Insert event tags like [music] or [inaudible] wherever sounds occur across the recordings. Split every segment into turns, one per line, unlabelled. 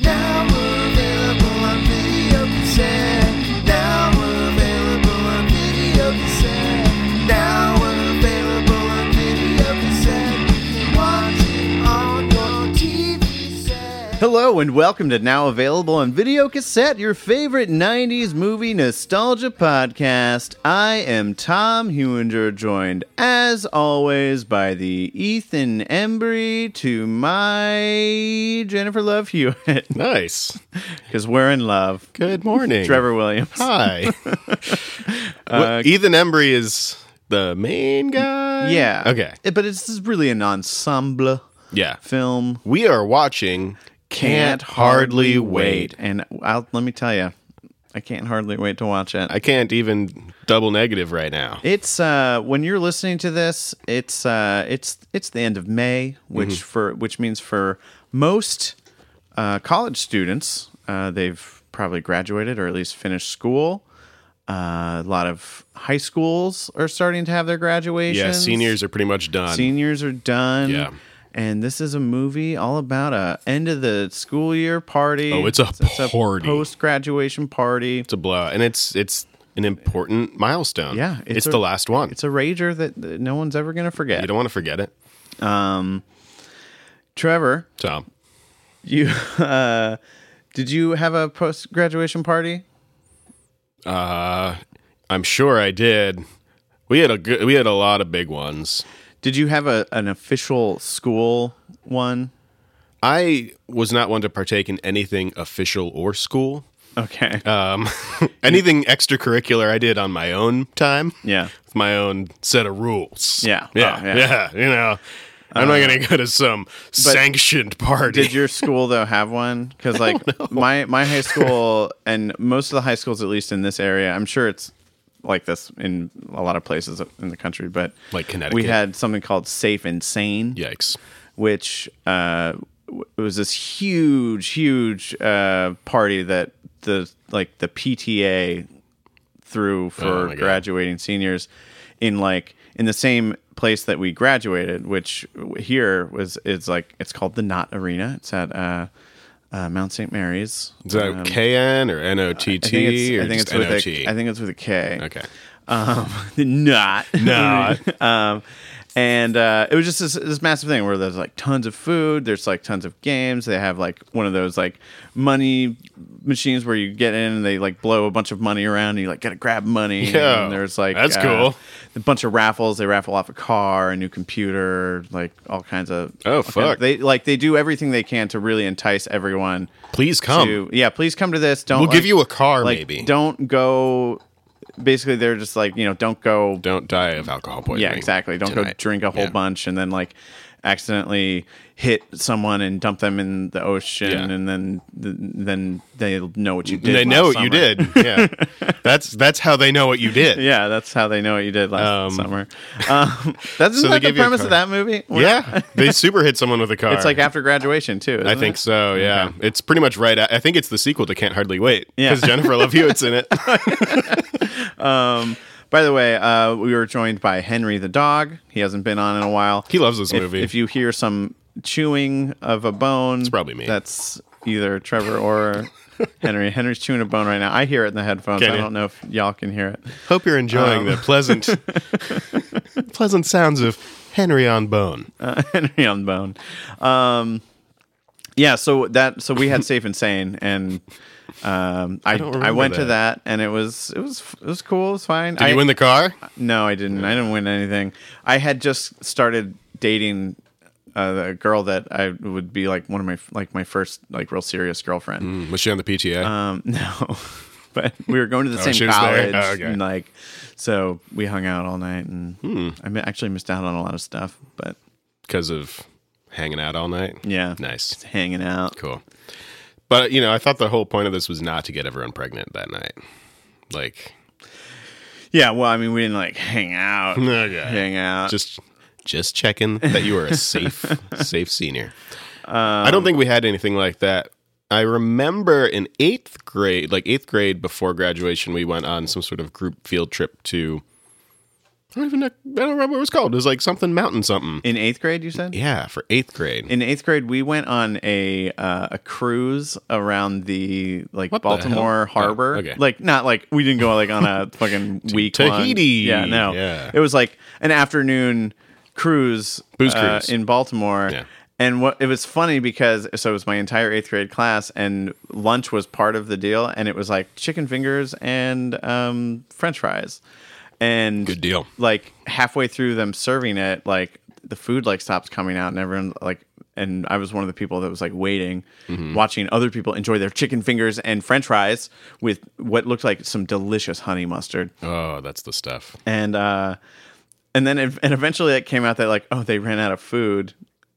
Now we're available on video cassette. Now we're available on video cassette. Now we're available on video cassette. You can watch it on your TV set.
Hello and welcome to Now Available on Video Cassette, your favorite 90s movie nostalgia podcast. I am Tom Hewinger, joined as always by the Ethan Embry to my Jennifer Love Hewitt, [laughs]
Nice.
because we're in love. [laughs]
Good morning.
Trevor Uh, Williams. [laughs]
Hi. Well, Ethan Embry is the main guy.
Yeah.
Okay.
It- but it's really an ensemble
Yeah.
film.
We are watching Can't Hardly Wait.
And I'll, let me tell you, I can't hardly wait to watch it.
I can't even double negative right now.
It's uh when you're listening to this, it's uh it's it's the end of May, which
Mm-hmm.
for which means for most uh, college students, uh, they've probably graduated or at least finished school. Uh, a lot of high schools are starting to have their graduations.
Yeah, seniors are pretty much done.
seniors are done.
Yeah.
And this is a movie all about a end of the school year party.
Oh, it's a party.
post graduation party.
it's a blow. And it's it's an important milestone.
Yeah,
It's,
it's a-
the last one.
It's a rager that, that no one's ever gonna forget.
you don't want to forget it.
Trevor,
So
You [laughs] uh did you have a post graduation party?
I'm sure I did. We had a good, we had a lot of big ones.
Did you have a an official school one?
I was not one to partake in anything official or school.
Okay.
Um, anything extracurricular I did on my own time.
yeah.
With my own set of rules.
Yeah.
Yeah.
Oh, yeah. Uh,
yeah. You know, I'm not going to go to some sanctioned party.
Did your school though have
[laughs]
one? Because like my my high school and most of the high schools, at least in this area, I'm sure it's like this in a lot of places in the country, but
Like
we
Connecticut.
had something called Safe and Sane.
Yikes.
which uh, w- it was this huge, huge uh, party that the like the PTA threw
Oh
for
my God.
graduating seniors in like in the same place that we graduated, which w- here was it's like it's called the Knot Arena. It's at uh, uh, Mount St. Mary's.
Is that KN or NOTT
I think it's,
or
Um, I think
just
it's with
NOT?
a, I think it's with a K. [laughs]
okay.
The Knot. [laughs]
No.
um, and uh, it was just this, this massive thing where there's like tons of food, there's like tons of games. They have like one of those like money machines where you get in and they like blow a bunch of money around and you like gotta grab money.
Yeah.
and there's like uh,
That's cool.
A bunch of raffles. They raffle off a car, a new computer, like all kinds of.
Oh,
all kinds-
fuck.
they like they do everything they can to really entice everyone.
Please come.
To, yeah, please come to this. Don't
We'll give
like-
you a car,
like,
maybe.
Don't go. Basically, they're just like you know, don't go
Don't die of alcohol poisoning.
yeah, exactly. Don't go
tonight.
drink a whole
Yeah.
bunch and then like accidentally hit someone and dump them in the ocean,
Yeah.
and then th- then they'll know what you did.
They
last
know what you
summer.
did. Yeah.
[laughs]
that's that's how they know what you did.
Yeah, that's how they know what you did last
Um,
summer. [laughs] Um, that's
they
isn't that the
give you a
premise of that
card.
movie.
Yeah. they super hit someone with a car.
it's like after graduation too.
I
isn't
think
it?
so. Yeah, it's pretty much right. at- I think it's the sequel to Can't Hardly Wait.
Yeah.
because Jennifer Love Hewitt's in it.
By the way, uh, we were joined by Henry the dog. He hasn't been on in a while.
He loves this
if,
movie.
If you hear some chewing of a bone, it's
probably me.
That's either Trevor
[laughs]
or Henry. Henry's chewing a bone right now. I hear it in the headphones.
Can
I
you?
don't know if y'all can hear it.
[laughs]
[laughs]
Hope you're enjoying the pleasant, [laughs] pleasant sounds of Henry on Bone.
Uh, Henry on bone. Um, yeah. So that. So we had safe and sane, and
[laughs]
um, I
don't
I,
remember
went to
that.
that, and it was it was it was cool. It was fine.
Did
I,
you win the car?
No, I didn't. I didn't win anything. I had just started dating uh, a girl that I would be like one of my like my first like real serious girlfriend.
Mm, Was she on the PTA?
Um, [laughs] no, but we were going to the
she
same
was there?
college,
Oh, okay.
and like so we hung out all night, and
Hmm.
I mi- actually missed out on a lot of stuff, but
Because of hanging out all night.
yeah,
nice,
hanging out.
cool. But you know, I thought the whole point of this was not to get everyone pregnant that night. Like,
Yeah, well, I mean, we didn't like hang
[laughs]
out,
Okay.
hang out.
Just just checking that you are
[laughs]
a safe safe senior. I don't think we had anything like that. I remember in eighth grade, like eighth grade before graduation, we went on some sort of group field trip to. I don't even know. I don't remember what it was called. It was like something mountain something.
in eighth grade, you said.
Yeah, for eighth grade.
in eighth grade, we went on a uh, a cruise around the like
What the
Baltimore
hell?
harbor.
Oh, okay.
Like not like we didn't go like on
[laughs]
a fucking week
Tahiti.
Long. Yeah, no.
Yeah.
It was like an afternoon cruise, uh,
Booze cruise.
in Baltimore.
Yeah.
And what it was funny because so it was my entire eighth grade class, and lunch was part of the deal, and it was like chicken fingers and um, French fries, and
Good deal.
like halfway through them serving it, like the food like stops coming out and everyone like and I was one of the people that was like waiting,
Mm-hmm.
watching other people enjoy their chicken fingers and french fries with what looked like some delicious honey mustard.
Oh, that's the stuff.
And uh and then ev- and eventually it came out that like, oh, they ran out of food.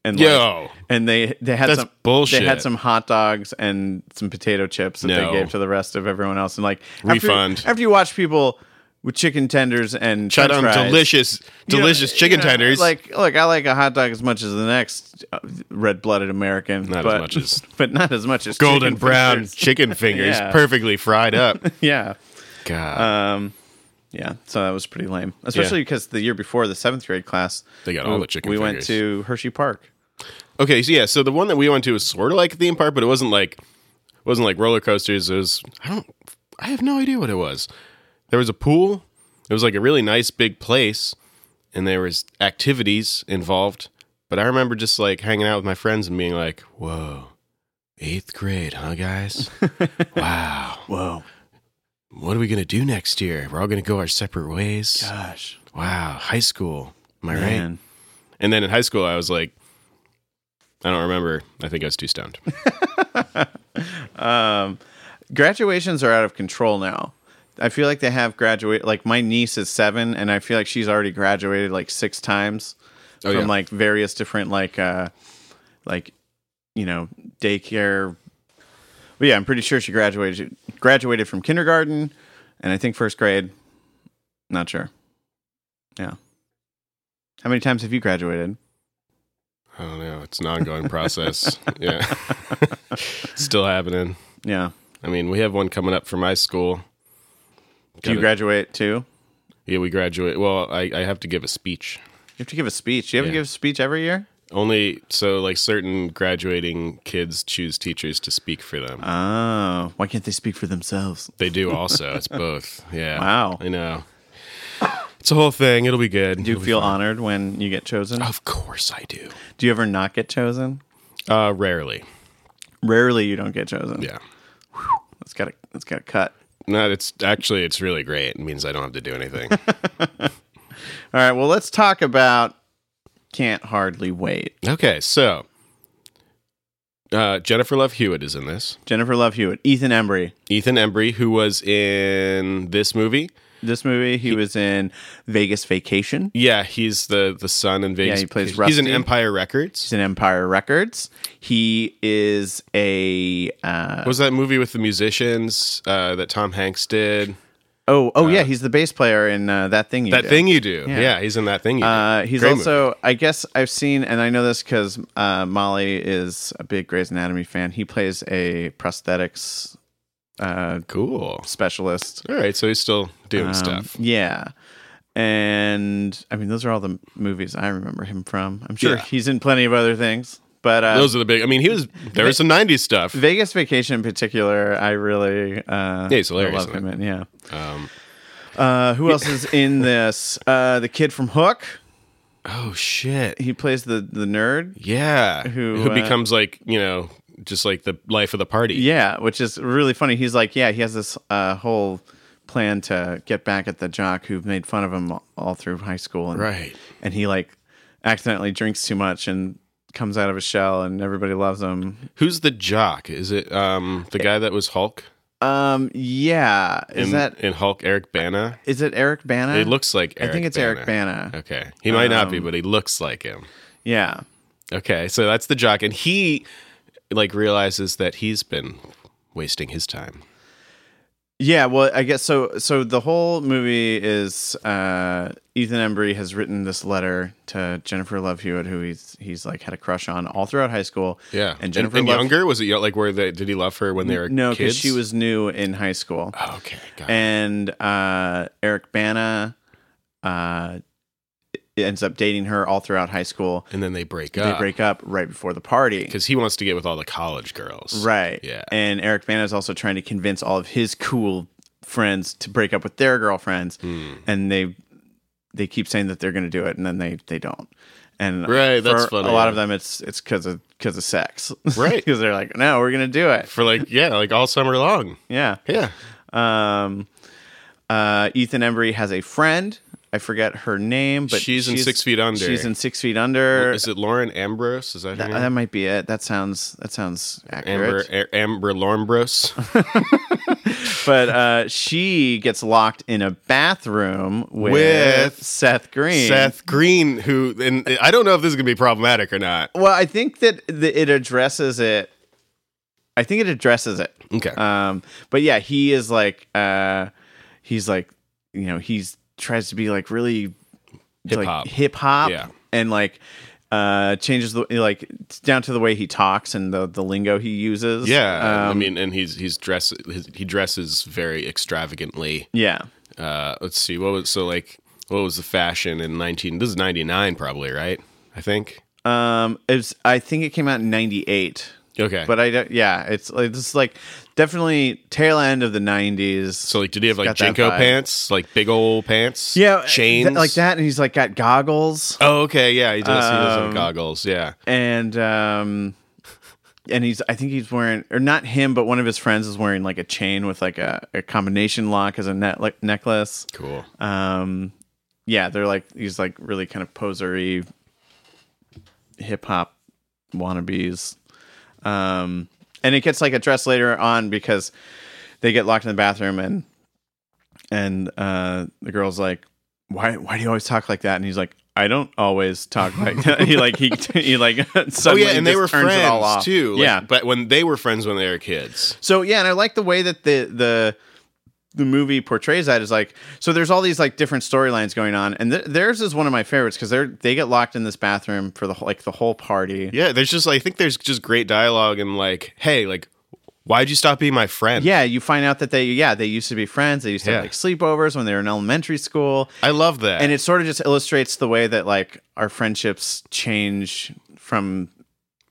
And like,
Yo.
and they they had
That's
some
bullshit.
They had some hot dogs and some potato chips that
No.
they gave to the rest of everyone else. And like after you-
Refund.
after you watch people with chicken tenders and
Shut
french
on
fries,
delicious,
you know,
delicious chicken
you know,
tenders.
Like, look, I like a hot dog as much as the next uh, red-blooded American.
Not as
but,
much as-
[laughs] but not as much as
golden
chicken
brown
fingers.
chicken fingers,
Yeah.
perfectly fried up.
[laughs] Yeah, Um,
God,
yeah. So that was pretty lame, especially because the year before the seventh grade class,
They got all
we-
the chicken
We went
fingers.
to Hershey Park.
Okay, so yeah, so the one that we went to was sort of like a theme park, but it wasn't like it wasn't like roller coasters. It was I don't I have no idea what it was. There was a pool. It was like a really nice big place, and there was activities involved. But I remember just like hanging out with my friends and being like, "Whoa, eighth grade, huh,
[laughs]
guys? wow,
Whoa,
what are we gonna do next year? We're all gonna go our separate ways.
gosh,
Wow, high school, am I right?"
man,
And then in high school, I was like, I don't remember. I think I was too stoned.
[laughs] graduations are out of control now. I feel like they have graduate. Like my niece is seven, and I feel like she's already graduated like six times
Oh,
from
yeah.
like various different like uh like you know daycare. But yeah, I'm pretty sure she graduated graduated from kindergarten, and I think first grade. Not sure. Yeah. How many times have you graduated?
I don't know. Oh, It's an ongoing process. [laughs] yeah. Still happening.
Yeah.
I mean, we have one coming up for my school.
Do you
Gotta-
graduate too?
Yeah, we graduate. Well, I, I have to give a speech.
You have to give a speech. Do you have
Yeah.
to give a speech every year?
Only so, like, certain graduating kids choose teachers to speak for them.
Oh, why can't they speak for themselves?
they do also. It's both. Yeah.
Wow.
I know. It's a whole thing. It'll be good.
Do you
It'll be
feel
fun.
honored when you get chosen?
Of course I do.
Do you ever not get chosen?
Uh, rarely.
Rarely you don't get chosen.
Yeah.
That's got to that's got to cut.
No, it's actually it's really great. It means I don't have to do anything. [laughs]
All right, well, let's talk about can't hardly wait.
okay, so uh, Jennifer Love Hewitt is in this.
Jennifer Love Hewitt, Ethan Embry.
Ethan Embry, who was in this movie,
This movie he, was in Vegas Vacation.
yeah, he's the the son in Vegas.
he plays
He's in
Rusty.
Empire
He's
Records.
in Empire Records. He is a uh,
What was that movie with the musicians uh, that Tom Hanks did?
oh oh yeah, he's the bass player in uh, that thing. You
Uh, That
Do.
thing you do.
Yeah.
Yeah, he's in that thing you do.
Uh, he's
Great
also, I guess I've seen, and I know this because uh, Molly is a big Grey's Anatomy fan. He plays a prosthetics uh,
cool.
specialist.
All right, so he's still doing
Um,
stuff.
Yeah. And I mean, those are all the movies I remember him from. I'm sure
Yeah.
he's in plenty of other things, but uh,
Those are the big. I mean, he was there was some '90s stuff.
Vegas Vacation in particular, I really uh,
Yeah, he's hilarious
love
in
him in. Yeah.
Um,
Uh, who else is
[laughs]
in this? Uh, the kid from Hook.
oh shit,
He plays the the nerd.
Yeah.
Who,
Who,
uh,
becomes like, you know, just like the life of the party.
Yeah, which is really funny. He's like, yeah, he has this uh, whole plan to get back at the jock who made fun of him all through high school, and,
Right.
And he like accidentally drinks too much and comes out of his shell, and everybody loves him.
Who's the jock? Is it um the guy that was Hulk?
Um, yeah, is
in,
that
in Hulk Eric Bana?
is it Eric Bana?
It looks like Eric
I think it's Eric Bana. Um,
Okay. He might not be, but he looks like him.
Yeah,
Okay. So that's the jock and he like realizes that he's been wasting his time.
Yeah, well, I guess so. So the whole movie is uh, Ethan Embry has written this letter to Jennifer Love Hewitt, who he's he's like had a crush on all throughout high school.
Yeah,
and Jennifer
and,
Love,
younger was it yo- like where they did he love her when they were
No, because
kids? Oh,
she was new in high school.
okay. Got it.
and uh, Eric Bana uh, ends up dating her all throughout high school.
And then they break
They
up
break up right before the party.
because he wants to get with all the college girls.
Right.
Yeah.
And Eric Bana is also trying to convince all of his cool friends to break up with their girlfriends,
Hmm.
and they they keep saying that they're going to do it, and then they they don't. And
Right, that's
for
funny,
A lot
yeah.
of them, it's it's because of because of sex, [laughs]
Right.
Because they're like, no, we're going to do it.
For like yeah, like all summer long.
Yeah.
Yeah.
Um, uh, Ethan Embry has a friend. I forget her name, but
She's in Six Feet Under.
She's in Six Feet Under.
Is it Lauren Ambrose? Is that her
that,
name?
that might be it. That sounds that sounds
Amber
accurate.
A-
[laughs]
Amber Lormbros.
But uh, she gets locked in a bathroom with,
With
Seth Green.
Seth Green, who and I don't know if this is gonna be problematic or not.
Well, I think that the, it addresses it. I think it addresses it.
Okay.
Um, but yeah, he is like, uh, he's like, you know, he's tries to be like really
Hip-hop.
like hip hop,
Yeah.
and like uh, changes the like it's down to the way he talks and the the lingo he uses.
yeah. I
Um,
mean, and he's he's dress his, he dresses very extravagantly.
yeah,
uh let's see what was so like what was the fashion in 19 this is 99 probably right i think
um, it's I think it came out in '98.
okay
But uh, I don't, yeah, it's like this is like definitely tail end of the 90s.
so like did he have like
got that
jinko
vibe.
pants like big old pants
yeah,
chains
th- like that. And he's like got goggles.
oh okay yeah he does he does have
Um,
goggles yeah
and um and he's i think he's wearing or not him but one of his friends is wearing like a chain with like a, a combination lock as a net like necklace
cool
um yeah they're like these like really kind of posery hip-hop wannabes um and it gets like addressed later on because they get locked in the bathroom and and uh the girl's like why why do you always talk like that and he's like i don't always talk like that [laughs] he like he he like [laughs]
oh
suddenly
yeah and they
just
were
turns it all off.
friends too like,
yeah
but when they were friends when they were kids
so yeah, and I like the way that the the the movie portrays that is like so there's all these like different storylines going on and th- theirs is one of my favorites because they're they get locked in this bathroom for the whole- like the whole party
yeah there's just i think there's just great dialogue and like hey like why'd you stop being my friend
yeah you find out that they yeah they used to be friends they used to
Yeah.
have like sleepovers when they were in elementary school
i love that
and it sort of just illustrates the way that like our friendships change from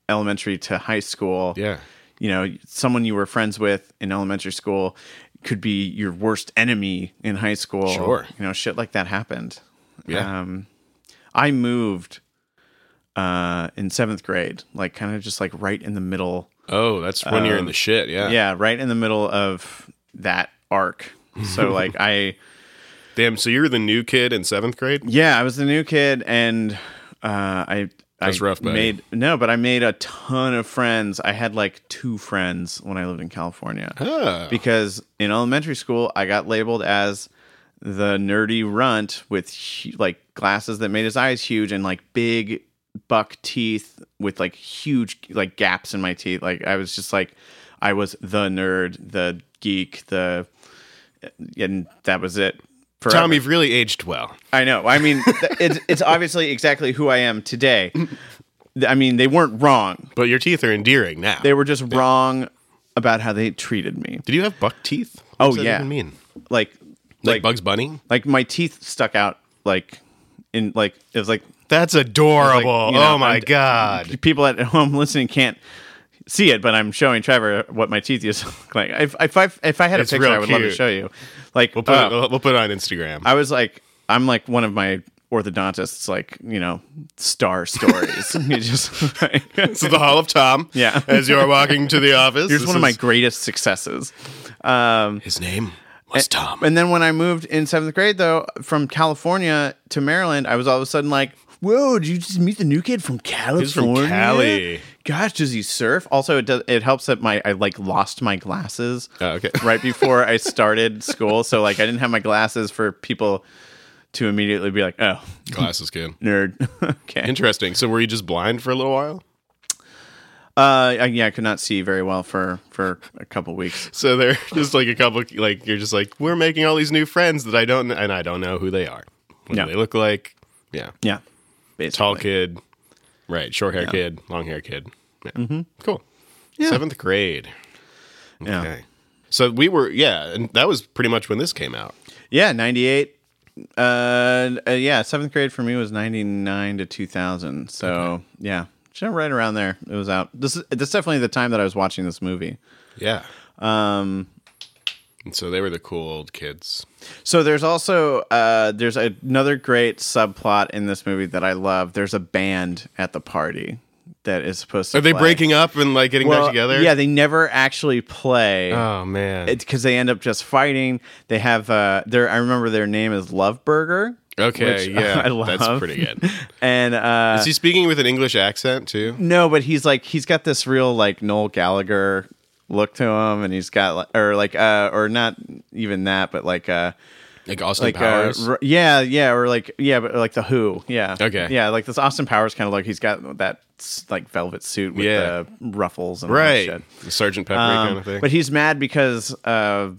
elementary to high school
yeah
you know, someone you were friends with in elementary school could be your worst enemy in high school.
Sure.
You know, shit like that happened.
Yeah.
Um, I moved uh, in seventh grade, like kind of just like right in the middle.
oh that's when you're in the shit yeah
um, Yeah, right in the middle of that arc.
[laughs]
So like I
damn so you're the new kid in seventh grade
yeah, I was the new kid and uh, I
That's
I
rough, buddy.
made no, but I made a ton of friends. I had like two friends when I lived in California.
Ah.
because in elementary school I got labeled as the nerdy runt with hu- like glasses that made his eyes huge and like big buck teeth with like huge like gaps in my teeth. Like I was just like I was the nerd, the geek, the and that was it. Forever.
Tom, you've really aged well.
I know. I mean, th- it's it's obviously exactly who I am today. Th- I mean, they weren't wrong.
But your teeth are endearing now.
They were just wrong about how they treated me.
Did you have buck teeth? What
Oh,
does that
yeah.
even mean
Like
like,
Like-
Bugs Bunny?
like my teeth stuck out like in like it was like
That's adorable.
Like, you know,
oh my
and- [laughs]
god.
people at home listening can't see it but i'm showing trevor what my teeth used to [laughs] look like if, if i if i had
It's
a picture
real
i would love to
cute.
show you like
We'll put,
uh,
it, we'll, we'll put it on Instagram.
i was like i'm like one of my orthodontists like you know star stories [laughs] you just
[laughs]
like,
this is the Hall of Tom.
Yeah.
As you're walking
[laughs]
to the office.
here's
This
one of my
is-
greatest successes
His name
Eh,
was Tom.
And then when I moved in seventh grade, though, from California to Maryland, I was all of a sudden like, "Whoa! Did you just meet the new kid from California?
from Cali.
Gosh, does he surf? Also, it does. It helps that my I like lost my glasses
Oh, okay.
[laughs] right before I started school, so like I didn't have my glasses for people to immediately be like, "Oh,
Glasses kid.
nerd." [laughs] okay.
Interesting. So were you just blind for a little while?
Uh, I, yeah, I could not see very well for for a couple weeks.
So they're [laughs] just like a couple, like you're just like we're making all these new friends that I don't kn- and I don't know who they are, what
Yeah.
do they look like, yeah,
Yeah,
tall
basically.
kid, right, short hair kid, long hair kid, yeah,
Mm-hmm.
cool, seventh grade,
Yeah,
okay. So we were, yeah, and that was pretty much when this came out.
yeah, ninety eight. Uh, uh, yeah, seventh grade for me was ninety nine to two thousand. So yeah, just right around there, it was out. This is this is definitely the time that I was watching this movie.
Yeah. Um and so they were the cool old kids.
So there's also uh, there's another great subplot in this movie that I love. There's a band at the party that is supposed to.
Are they
play.
breaking up and like getting
Well,
back together?
Yeah, they never actually play.
oh man.
because they end up just fighting. They have uh, their I remember their name is Love Burger.
okay,
which [laughs]
yeah.
I love.
That's pretty good.
[laughs] And uh,
Is he speaking with an English accent too?
no, but he's like he's got this real like Noel Gallagher look to him, and he's got like- or like uh, or not even that, but like uh,
Like Austin
like uh,
Powers.
r- yeah, yeah, or like yeah, but like the Who, yeah,
Okay.
yeah, like this Austin Powers kind of look. He's got that s- like velvet suit with
Yeah.
the ruffles and all that
right.
oh, shit.
The Sergeant Pepper
Um,
kind of thing.
But he's mad because uh,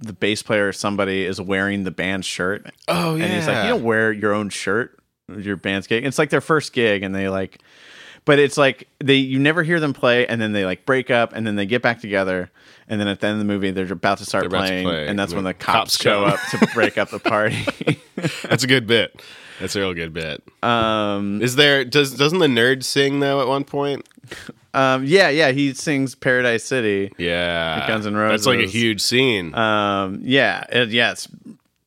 the bass player or somebody is wearing the band's shirt.
oh yeah.
And he's like, you don't wear your own shirt, your band's gig. It's like their first gig, and they like, but it's like they you never hear them play, and then they like break up, and then they get back together, and then at the end of the movie, they're about to start
about to
playing,
play,
and that's when
and
the
the cops
cops, show
come.
up to break up the party.
[laughs] That's a good bit. That's a real good bit. Um Is there does doesn't the nerd sing though at one point?
um, yeah, yeah, he sings Paradise City.
Yeah.
Guns N'
That's like a
Roses.
huge scene.
Um, yeah, it, yeah, it's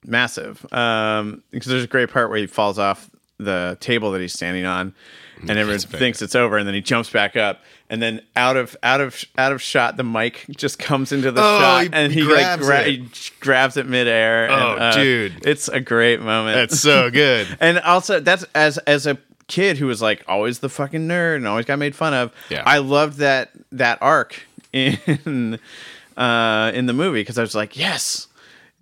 massive. Um, because there's a great part where he falls off the table that he's standing on,
Mm,
and everyone
back
thinks it's over, and then he jumps back up, and then out of out of out of shot, the mic just comes into the
Oh,
shot,
he
and he like
grabs
gra-
it.
he grabs it midair. and, uh,
Oh, dude.
it's a great moment. [laughs]
That's so good.
and also that's as as a kid who was like always the fucking nerd and always got made fun of
Yeah.
i loved that that arc in [laughs] uh in the movie because i was like yes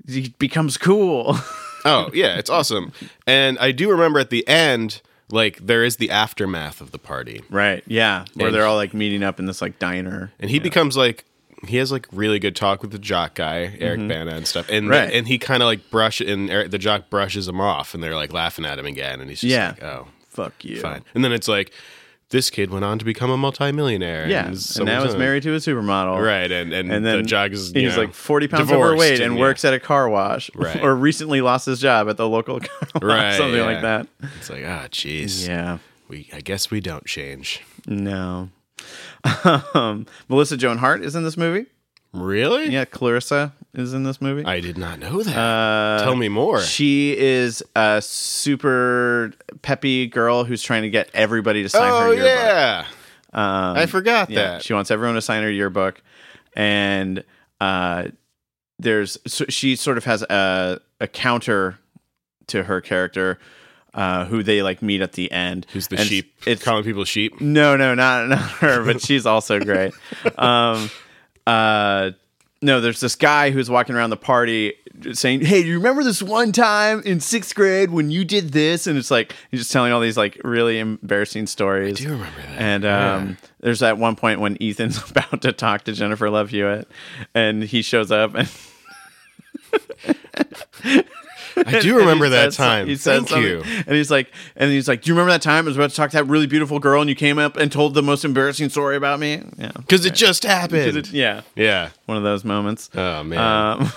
he becomes cool [laughs]
Oh yeah, it's awesome. And I do remember at the end, like there is the aftermath of the party,
right yeah where
And-
they're all like meeting up in this like diner
and he becomes like he has like really good talk with the jock guy, Eric Bana and stuff, and
Mm-hmm. Right.
and he kind of like brush and Eric, the jock brushes him off, and they're like laughing at him again, and he's just
Yeah.
like, oh,
fuck you
fine. And then it's like this kid went on to become a multimillionaire.
yeah
is
and now
so-and-so.
he's married to a supermodel
Right, and and,
and then
the jock is you
he's
know,
like 40 pounds
divorced
overweight and
yeah.
works at a car wash [laughs]
Right.
or recently lost his job at the local [laughs] car wash
Right,
something
yeah.
like that
It's like ah, jeez,
yeah
we I guess we don't change.
No. [laughs] um, Melissa Joan Hart is in this movie.
Really?
Yeah, Clarissa is in this movie.
I did not know that.
Uh,
Tell me more.
she is a super peppy girl who's trying to get everybody to sign her
Oh
yearbook. Um,
yeah, I forgot
Yeah,
that.
she wants everyone to sign her yearbook, and uh, there's so she sort of has a a counter to her character, uh, who they like meet at the end.
Who's the
And
sheep?
It's
calling people sheep.
No, no, not [laughs] not her, but she's also great. Um, uh, no, there's this guy who's walking around the party saying, "Hey, you remember this one time in sixth grade when you did this?" And it's like he's just telling all these like really embarrassing stories. I do
remember that.
And um, there's that one point when Ethan's [laughs] about to talk to Jennifer Love Hewitt, and he shows up
[laughs]
and
I do
And he
remember
said
that
some-
time.
He said
Thank you.
something, And he's like, and he's like, do you remember that time I was about to talk to that really beautiful girl and you came up and told the most embarrassing story about me? Yeah.
Because it just happened.
Yeah.
yeah.
One of those moments.
Oh man.
Um,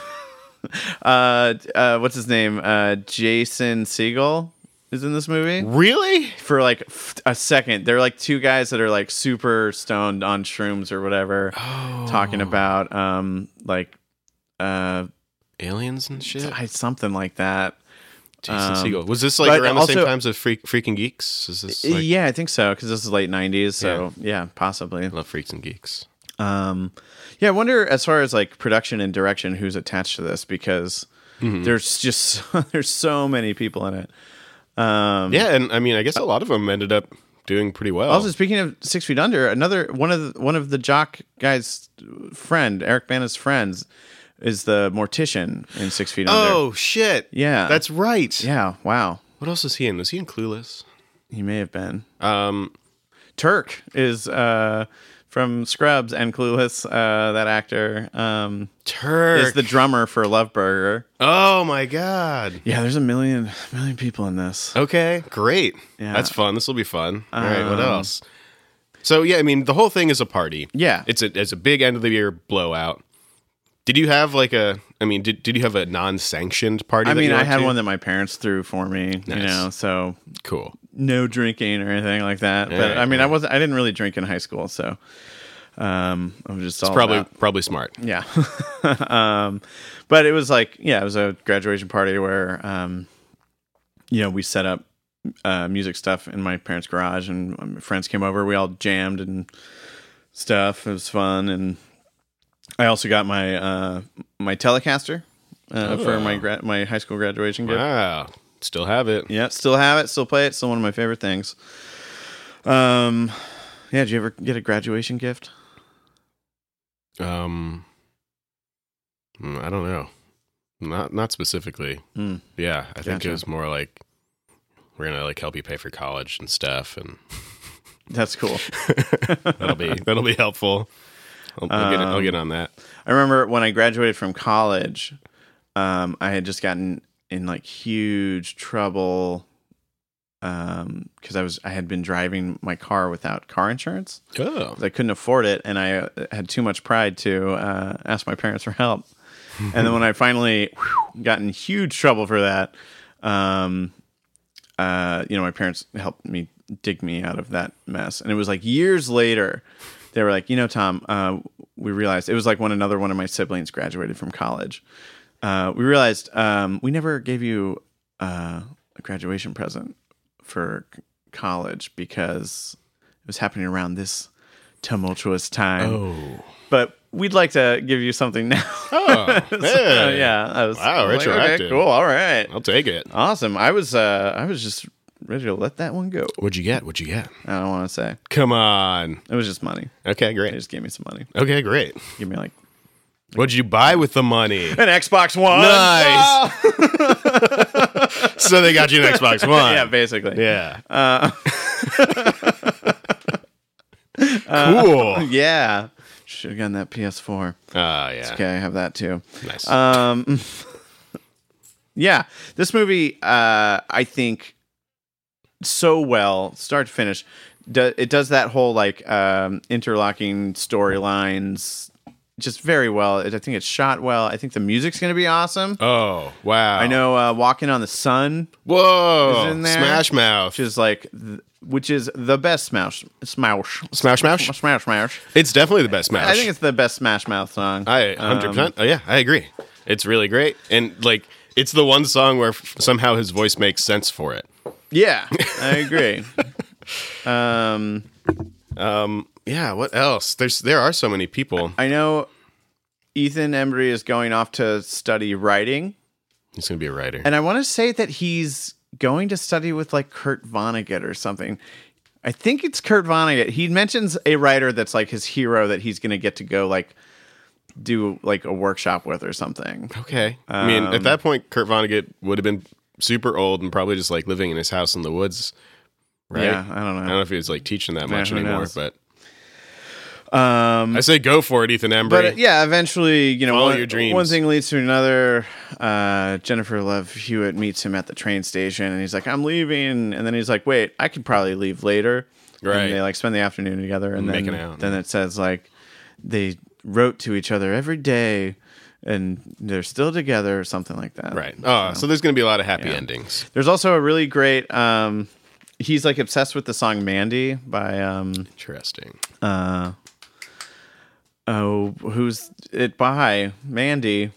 uh, uh, what's his name? Uh, Jason Siegel is in this movie
really?
for like f- a second. They're like two guys that are like super stoned on shrooms or whatever, talking about um like uh
Aliens and shit.
I- something like that.
Jason Segel. Was this like
Um, but
around the same
also-
times as Freak, Freaking Geeks? Is this like,
yeah, I think so because this is late '90s. So yeah, possibly.
I love Freaks and Geeks.
Um, yeah, I wonder as far as like production and direction, who's attached to this because there's just [laughs] there's so many people in it. Um,
Yeah, and I mean, I guess a lot of them ended up doing pretty well.
Also, speaking of Six Feet Under, another one of the, one of the jock guys' friend, Eric Bana's friends, is the mortician in Six Feet Under.
oh shit.
Yeah.
That's right.
yeah, wow,
What else is he in? Um, Was he in Clueless?
he may have been.
Um.
Turk is uh, from Scrubs and Clueless. Uh, that actor um,
Turk.
is the drummer for Love Burger.
oh my god.
Yeah, there's a million million people in this.
Okay, great.
Yeah. Um,
That's fun. This will be fun. All right, what else? So yeah, I mean, the whole thing is a party.
Yeah.
It's a it's a big end of the year blowout. Did you have like a I mean, did, did you have a non-sanctioned party?
I
that
mean,
you
I
went
had
to?
one that my parents threw for me, you
Nice.
know, so
cool.
no drinking or anything like that. but
right,
I mean, I
right.
wasn't I didn't really drink in high school, so um I'm just all
Probably
about-
probably smart.
yeah. [laughs] um but it was like, yeah, it was a graduation party where um you know, we set up uh music stuff in my parents' garage and my friends came over, we all jammed and stuff. It was fun and I also got my uh my Telecaster uh, for my gra- my high school graduation gift.
Wow. Still have it.
Yeah, still have it, still play it, still one of my favorite things. Um, yeah, did you ever get a graduation gift?
Um, mm, I don't know. Not not specifically.
Hmm.
Yeah, I think
Gotcha.
it was more like we're gonna like help you pay for college and
[laughs]
stuff, and [laughs]
That's cool.
that'll [laughs] be that'll be helpful. I'll, I'll, get, I'll get on that.
[laughs] I remember when I graduated from college, um, I had just gotten in like huge trouble um because I was I had been driving my car without car insurance.
Oh,
'cause I couldn't afford it, and I uh, had too much pride to uh, ask my parents for help. and then when I finally whew, got in huge trouble for that, um, uh, you know, my parents helped me dig me out of that mess. And it was like years later, they were like, you know, Tom, uh, we realized it was like when another one of my siblings graduated from college. Uh, we realized um, we never gave you uh, a graduation present for c- college because it was happening around this tumultuous time.
oh,
But we'd like to give you something [laughs] now.
[laughs] oh,
So,
hey.
yeah. I was,
Wow,
I was like, okay,
retroactive.
cool. All right.
I'll take it.
Awesome. I was uh I was just ready to let that one go.
What'd you get? What'd you get?
I don't want to say.
Come on.
It was just money.
Okay,
They
great.
just gave me some money.
Okay, great.
Give me like
What'd you buy with the [laughs] money?
an Xbox One.
Nice. Oh, [laughs] so they got you an [laughs] Xbox One.
Yeah, basically.
Yeah. [laughs] cool.
Yeah. Should have gotten that PS4.
Ah, yeah.
Okay, I have that too.
Nice.
Um, [laughs] yeah, this movie, uh, I think, so well, start to finish. Do, it does that whole like um, interlocking storylines just very well. It, I think it's shot well. I think the music's going to be awesome.
oh wow.
I know uh, "Walking on the Sun,"
Whoa.
Is in there?
Smash Mouth.
which is like, th- which is the best Smash Smash
Smash Mouth.
Smash Smash.
It's definitely the best Smash.
I think it's the best Smash Mouth song.
I hundred percent. Oh yeah, I agree. It's really great, and like it's the one song where f- somehow his voice makes sense for it.
Yeah, I agree. um,
Yeah. What else? There's there are so many people.
I know Ethan Embry is going off to study writing,
He's gonna be a writer.
and I want to say that he's going to study with like Kurt Vonnegut or something. I think it's Kurt Vonnegut. He mentions a writer that's like his hero that he's going to get to go like do like a workshop with or something.
Okay. I mean, at that point, Kurt Vonnegut would have been super old and probably just like living in his house in the woods, right?
Yeah, I don't know.
I don't know if he was like teaching that much
who
anymore,
knows?
but
Um,
I say go for it, Ethan Embry.
but uh, yeah, eventually, you know,
Follow
one,
your dreams.
one thing leads to another. Uh, Jennifer Love Hewitt meets him at the train station, and he's like, "I'm leaving," and then he's like, "Wait, I could probably leave later."
Right.
And they like spend the afternoon together, and then
Making out.
then it says like they wrote to each other every day, and they're still together, or something like that.
Right. Oh, so there's going to be a lot of happy endings.
There's also a really great. Um, he's like obsessed with the song "Mandy" by um,
Interesting.
uh, oh, who's it by? Mandy.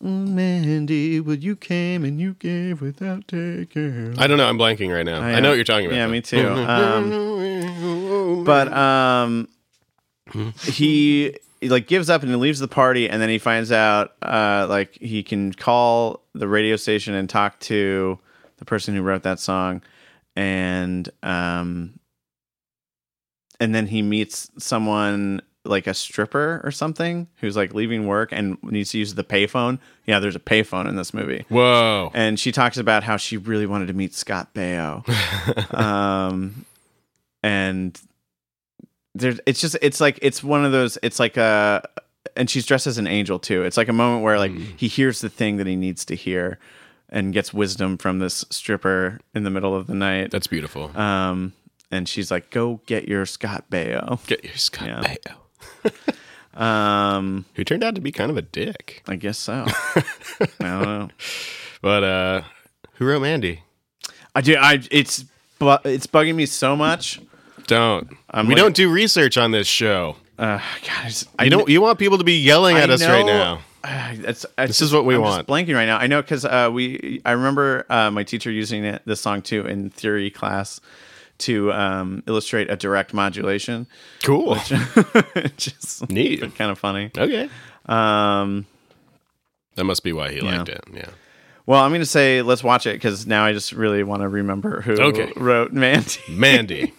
Mandy, well, you came and you gave without taking.
I don't know. I'm blanking right now. I, know what you're talking about.
Oh, Yeah,
though.
me
[laughs]
too. Um, but um, he like gives up and he leaves the party, and then he finds out uh, like he can call the radio station and talk to the person who wrote that song, and um, and then he meets someone like a stripper or something who's like leaving work and needs to use the payphone. Yeah, there's a payphone in this movie
Whoa.
and she talks about how she really wanted to
[laughs]
meet Scott Baio. um, and there's it's just it's like it's one of those it's like a and she's dressed as an angel too it's like a moment where like
Mm.
he hears the thing that he needs to hear and gets wisdom from this stripper in the middle of the night
That's beautiful.
um and she's like go get your scott baio
Get your Scott
yeah.
Baio,
um
who turned out to be kind of a dick.
i guess
[laughs]
so i don't know
But uh, who wrote Mandy?
i do i it's but it's bugging me so much
Don't. we
like-
don't do research on this show.
uh guys
You don't. You want people to be yelling at us right now.
That's,
This is what we
I'm
want.
uh, Just blanking right now. I know because uh, we. I remember uh, my teacher using it, this song too in theory class to um, illustrate a direct modulation. [laughs]
Cool.
just
Neat.
kind of funny.
Okay.
Um,
That must be why he liked it. Yeah.
well, I'm going to say let's watch it because now I just really want to remember who
Okay.
wrote Mandy. [laughs]
Mandy.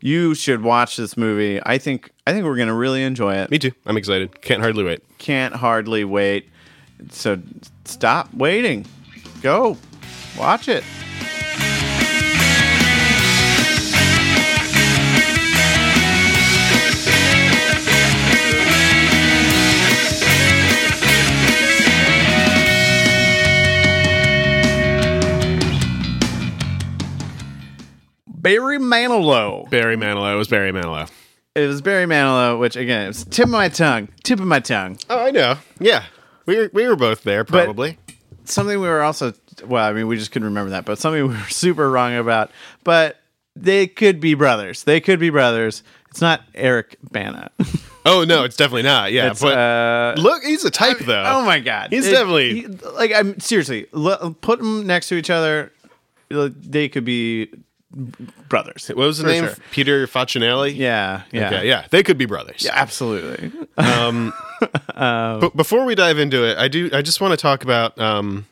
You should watch this movie. I think I think we're going to really enjoy it.
Me too. I'm excited. Can't hardly wait.
can't hardly wait. So stop waiting. Go watch it. Barry Manilow.
Barry Manilow. It was Barry Manilow.
It was Barry Manilow, which again, it's tip of my tongue, tip of my tongue.
Oh, I know. Yeah. We were, we were both there, probably.
something we were also well, I mean, we just couldn't remember that, but something [laughs] we were super wrong about. But they could be brothers. They could be brothers. It's not Eric Bana. [laughs]
oh, no, it's definitely not. Yeah.
It's,
But
uh,
look, he's a type, though.
oh my god,
He's definitely-
he- like I'm seriously l- put them next to each other. They could be brothers.
What was the
For
name?
sure.
Peter Facinelli?
Yeah, yeah,
Okay, yeah. They could be brothers.
absolutely.
But before we dive into it, I do. I just want to talk about um,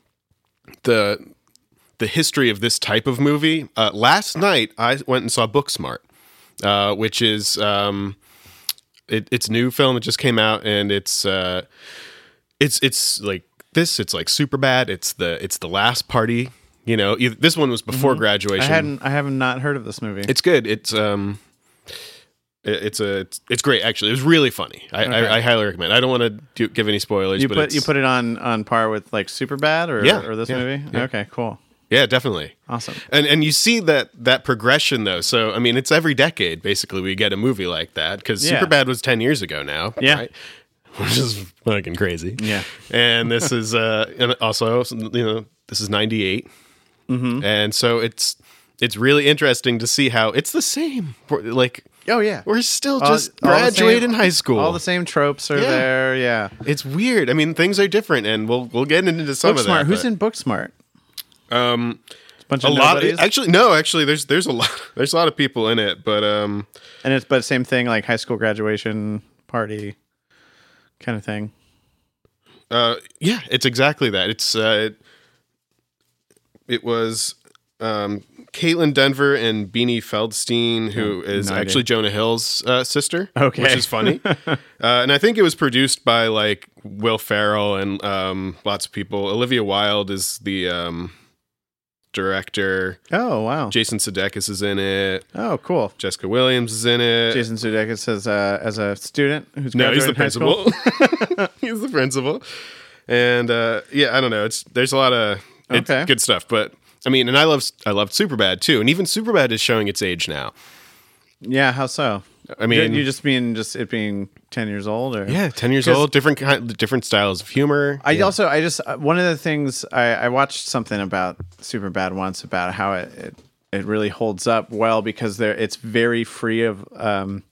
the the history of this type of movie. Uh, last night, I went and saw Booksmart, uh, which is um, it, it's a new film that just came out, and it's uh, it's it's like this. It's like super bad. It's the it's the last party. You know, Eith- this one was before graduation.
Mm-hmm. I hadn't. I have not heard of this movie.
It's good. It's um, it- it's a it's, it's great actually. It was really funny. I, I, I highly recommend. I don't want to do, give any spoilers.
you
but
put
it's,
you put it on on par with like Superbad or
Yeah,
or this
yeah,
movie. Okay, cool,
yeah, definitely.
awesome.
And and you see that that progression though. So I mean, it's every decade basically we get a movie like that because
Yeah.
Superbad was ten years ago now.
Yeah.
right? which is fucking crazy.
Yeah.
and
[laughs]
this is uh, and also you know this is ninety
Mm-hmm.
and so it's it's really interesting to see how it's the same. We're- Like
Oh yeah,
we're still
All-
just
all the
graduating
same-
high school.
All the same tropes are
Yeah.
there. Yeah.
It's weird. I mean, things are different, and we'll we'll get into some of
Booksmart.
that.
Who's
but
in Booksmart? Um, bunch
a
of
lot?
nobodies.
actually, no. Actually, there's there's a lot [laughs] there's a lot of people in it, but um,
and it's but same thing like high school graduation party kind of thing.
uh, yeah, it's exactly that. It's uh, it, it was um, Caitlin Denver and Beanie Feldstein, who is
Oh, no idea.
actually Jonah Hill's uh, sister.
Okay.
which
[laughs]
is funny. uh, and I think it was produced by like Will Ferrell and um, lots of people. Olivia Wilde is the um, director.
Oh wow.
Jason Sudeikis is in it.
oh cool.
Jessica Williams is in it.
Jason Sudeikis says uh, as a student who's
no, he's the
graduating high school.
principal. [laughs] he's the principal. And uh, yeah, I don't know. It's there's a lot of it's
Okay.
good stuff, but I mean, and I love I loved Superbad too, and even Superbad is showing its age now.
Yeah. How so?
I mean,
you, you just mean just it being ten years old or
yeah, ten years
'Cause-
old, different kind, different styles of humor.
I also I just uh, one of the things I, I watched something about Super Bad once about how it, it it really holds up well because there it's very free of um,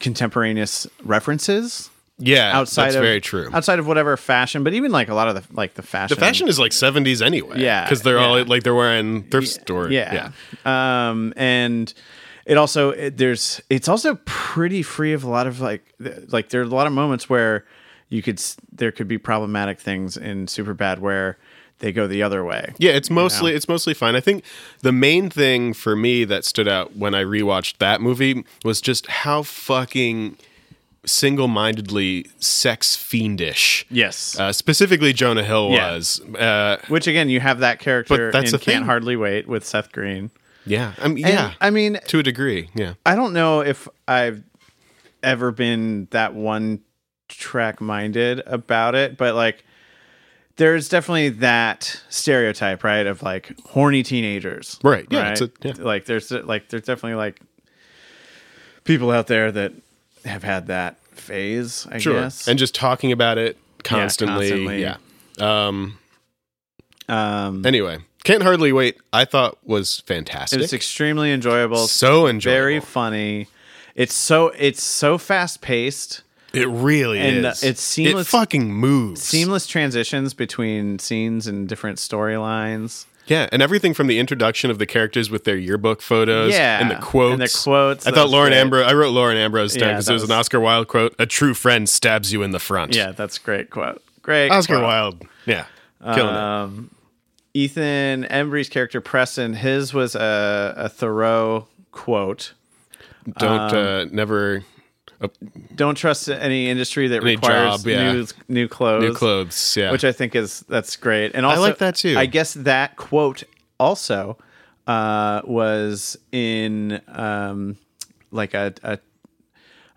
contemporaneous references
yeah,
outside
that's
of
very true.
outside of whatever fashion, but even like a lot of the like the
the
fashion
fashion is like seventies anyway.
Yeah,
because they're all
yeah.
like they're wearing thrift store.
yeah. Um, and it also it, there's it's also pretty free of a lot of like th- like there are a lot of moments where you could s- there could be problematic things in Super Bad where they go the other way.
Yeah, it's mostly it's mostly fine. I think the main thing for me that stood out when I rewatched that movie was just how fucking single-mindedly sex fiendish.
Yes.
Uh, specifically, Jonah Hill
Yeah.
was. Uh,
Which again, you have that character
But
in
that's the
Can't
thing.
Hardly Wait with Seth Green.
Yeah. I mean,
And,
yeah.
I mean,
to a degree. Yeah.
I don't know if I've ever been that one track minded about it, but like there's definitely that stereotype, right? Of like horny teenagers.
Right, yeah, it's a- yeah.
Like there's like there's definitely like people out there that have had that phase, I
Sure.
guess.
And just talking about it constantly.
constantly.
Yeah. Um,
um
anyway, Can't Hardly Wait, I thought was fantastic.
it's extremely enjoyable.
so enjoyable.
very funny. It's so it's so fast paced.
it really
and,
is.
uh, it's seamless-
It fucking moves.
seamless transitions between scenes and different storylines.
Yeah, and everything from the introduction of the characters with their yearbook photos,
Yeah,
and the quotes,
and the quotes,
I
that
thought
was
Lauren
great.
Ambrose. I wrote Lauren Ambrose down
Yeah,
because
that
it was, an
was-
Oscar Wilde quote: "A true friend stabs you in the front."
Yeah, that's a great quote. Great.
Oscar
quote.
Wilde. Yeah, killing
Um,
it.
Ethan Embry's character Preston, his was a, a Thoreau quote.
Don't
um,
uh, never uh,
Don't trust any industry that
Any
requires
job, yeah.
new new clothes.
new clothes. Yeah,
Which I think is that's great. And also
like that too.
I guess that quote also uh, was in um, like a, a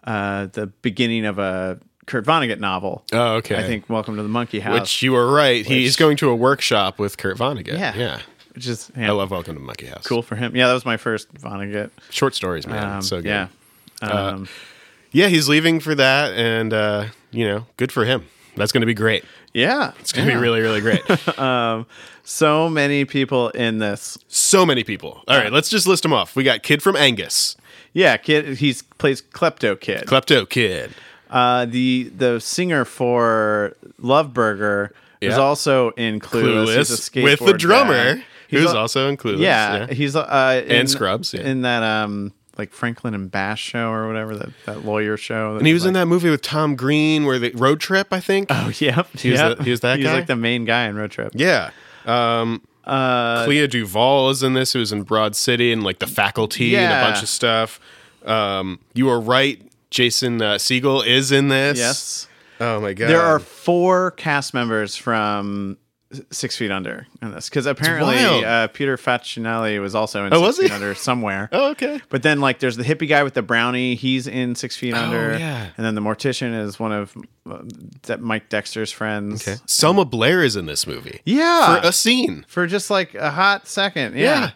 uh, the beginning of a Kurt Vonnegut novel.
oh, okay.
I think Welcome to the Monkey House.
Which you were right. He's going to a workshop with Kurt Vonnegut.
Yeah.
yeah.
which is
I love Welcome to Monkey House.
cool for him. Yeah, that was my first Vonnegut.
short stories, man.
Um,
so good.
yeah, um,
yeah. He's leaving for that, and uh, you know, good for him. That's going to be great.
yeah.
It's going to be really,
[laughs]
really great.
So many people in this.
So many people. All right, let's just list them off. We got Kid from Angus,
Yeah, kid. He's plays Klepto Kid.
Klepto Kid.
uh, the the singer for Love Burger is
Yeah.
also in Clueless, He's a
Clueless with the
skateboard
drummer,
guy. He's
who's
al-
also in Clueless.
yeah, he's uh, in,
And Scrubs, yeah.
in that um like Franklin and Bash show or whatever that that lawyer show.
and he was in that movie with Tom Green, where the road trip, I think.
Oh, [laughs] yep,
was
yep.
the- he was that
He's
guy?
like the main guy in Road Trip.
yeah. Um,
Uh,
Clea Duvall is in this, who was in Broad City and like the faculty and
Yeah.
a bunch of stuff. Um, you are right. Jason uh, Siegel is in this.
Yes.
Oh my god.
There are four cast members from Six Feet Under in this because apparently
wild.
uh, Peter Facinelli was also in
Oh,
Six
was he?
Feet Under somewhere.
[laughs] Oh, okay.
But then like there's the hippie guy with the brownie, he's in Six Feet Under,
Oh, yeah.
and then the mortician is one of uh, De- Mike Dexter's friends.
Okay. Selma Blair is in this movie.
Yeah,
For
for,
a scene.
just like a hot second. Yeah.
Yeah.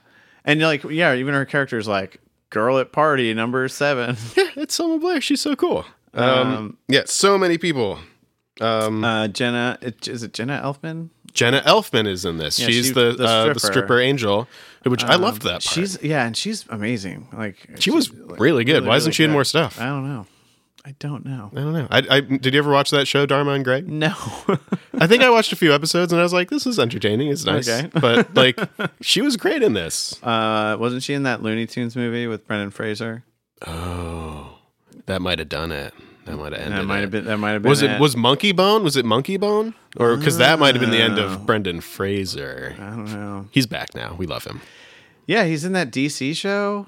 and like yeah, even her character's like girl at party number
[laughs]
seven.
Yeah, it's Selma Blair. She's so cool. Um, yeah, so many people. Um,
Uh, Jenna, is it Jenna Elfman?
Jenna Elfman is in this.
Yeah,
she's
she-
the
the
uh, the
stripper.
stripper angel, which I loved that. Part.
She's yeah, and she's amising. Like
she was really good. Why isn't she in more stuff?
I
I
don't know. I don't know.
[laughs] don't know. I, I did you ever watch that show Dharma and Greg?
No.
I think I watched a few episodes and I was like, this is entertaining. It's nice,
Okay. [laughs]
but like she was great in this.
uh, wasn't she in that Looney Tunes movie with Brendan Fraser?
That might have done it. That might have ended.
That might have been. That might have been.
Was it was Monkey Bone? Was it Monkey Bone? Or because that might have been the end of Brendan Fraser.
Oh. I don't know.
He's back now. We love him.
Yeah, he's in that DC show.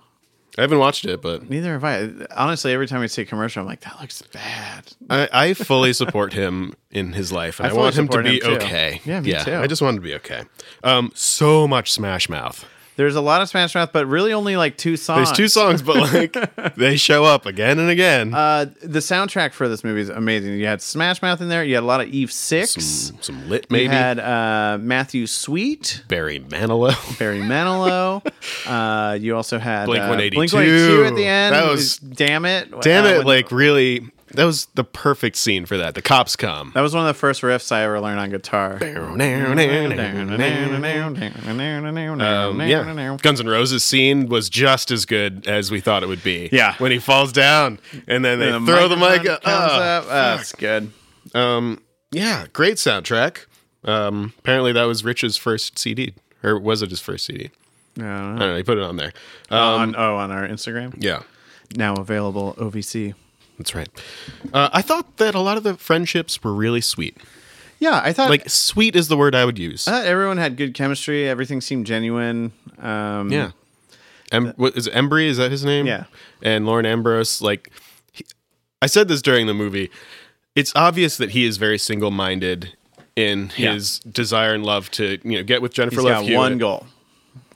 I haven't watched it, but
Neither have I. Honestly, every time I see a commercial, I'm like, that looks bad.
I, I fully support him in his life, and
I
I,
fully
want him to
support
be
him, too.
okay.
Yeah, me too.
I just want him to be okay. Um, so much Smash Mouth.
There's a lot of Smash Mouth, but really only like two songs.
There's two songs, but
[laughs]
like they show up again and again.
Uh, the soundtrack for this movie is amazing. You had Smash Mouth in there. You had a lot of Eve Six.
some, some lit,
you
maybe
had uh, Matthew Sweet.
Barry
[laughs]
Manilow.
Barry Manilow.
[laughs]
uh, you also had
Blink
uh,
182.
Blink 182 at the end.
That was-
damn it,
Damn
Uh,
it!
when-
Like really, that was the perfect scene for that. The cops come.
that was one of the first riffs I ever learned on guitar.
Um,
[laughs] Um,
yeah, Guns N' Roses scene was just as good as we thought it would be.
Yeah.
when he falls down and then they
And the
throw the mic
microphone
up.
comes
Ah.
up. Ah, That's good.
Yeah, great soundtrack. Um, apparently that was Rich's first CD, or was it his first CD? I don't know. He put it on there. Uh,
on, oh, on our Instagram.
yeah,
Now available OVC.
that's right. Uh, I thought that a lot of the friendships were really sweet.
Yeah, I thought
Like sweet is the word I would use.
I thought everyone had good chemistry. Everything seemed genuine. Um,
yeah. Em- what is it, Embry? Is that his name?
Yeah.
And Lauren Ambrose, like, he- I said this during the movie. It's obvious that he is very single-minded in
Yeah.
his desire and love to, you know, get with Jennifer
he's
Love
got
Hewitt.
one goal.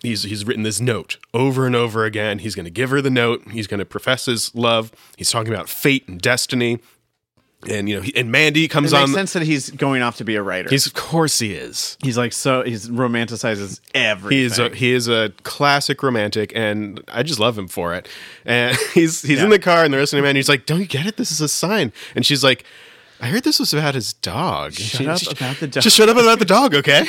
he's he's written this note over and over again. He's going to give her the note. He's going to profess his love. He's talking about fate and destiny. And you know, he, and Mandy
It
comes
makes
on.
sense that he's going off to be a writer.
He's of course he is.
he's like so he's romanticizes everything.
He is a, he is a classic romantic, and I just love him for it. And [laughs] he's he's in
Yeah.
the car, and they're listening to him, and he's like, "Don't you get it? This is a sign." And she's like, "I heard this was about his dog." Shut
up about the dog.
Just shut up about the dog,
[laughs]
okay?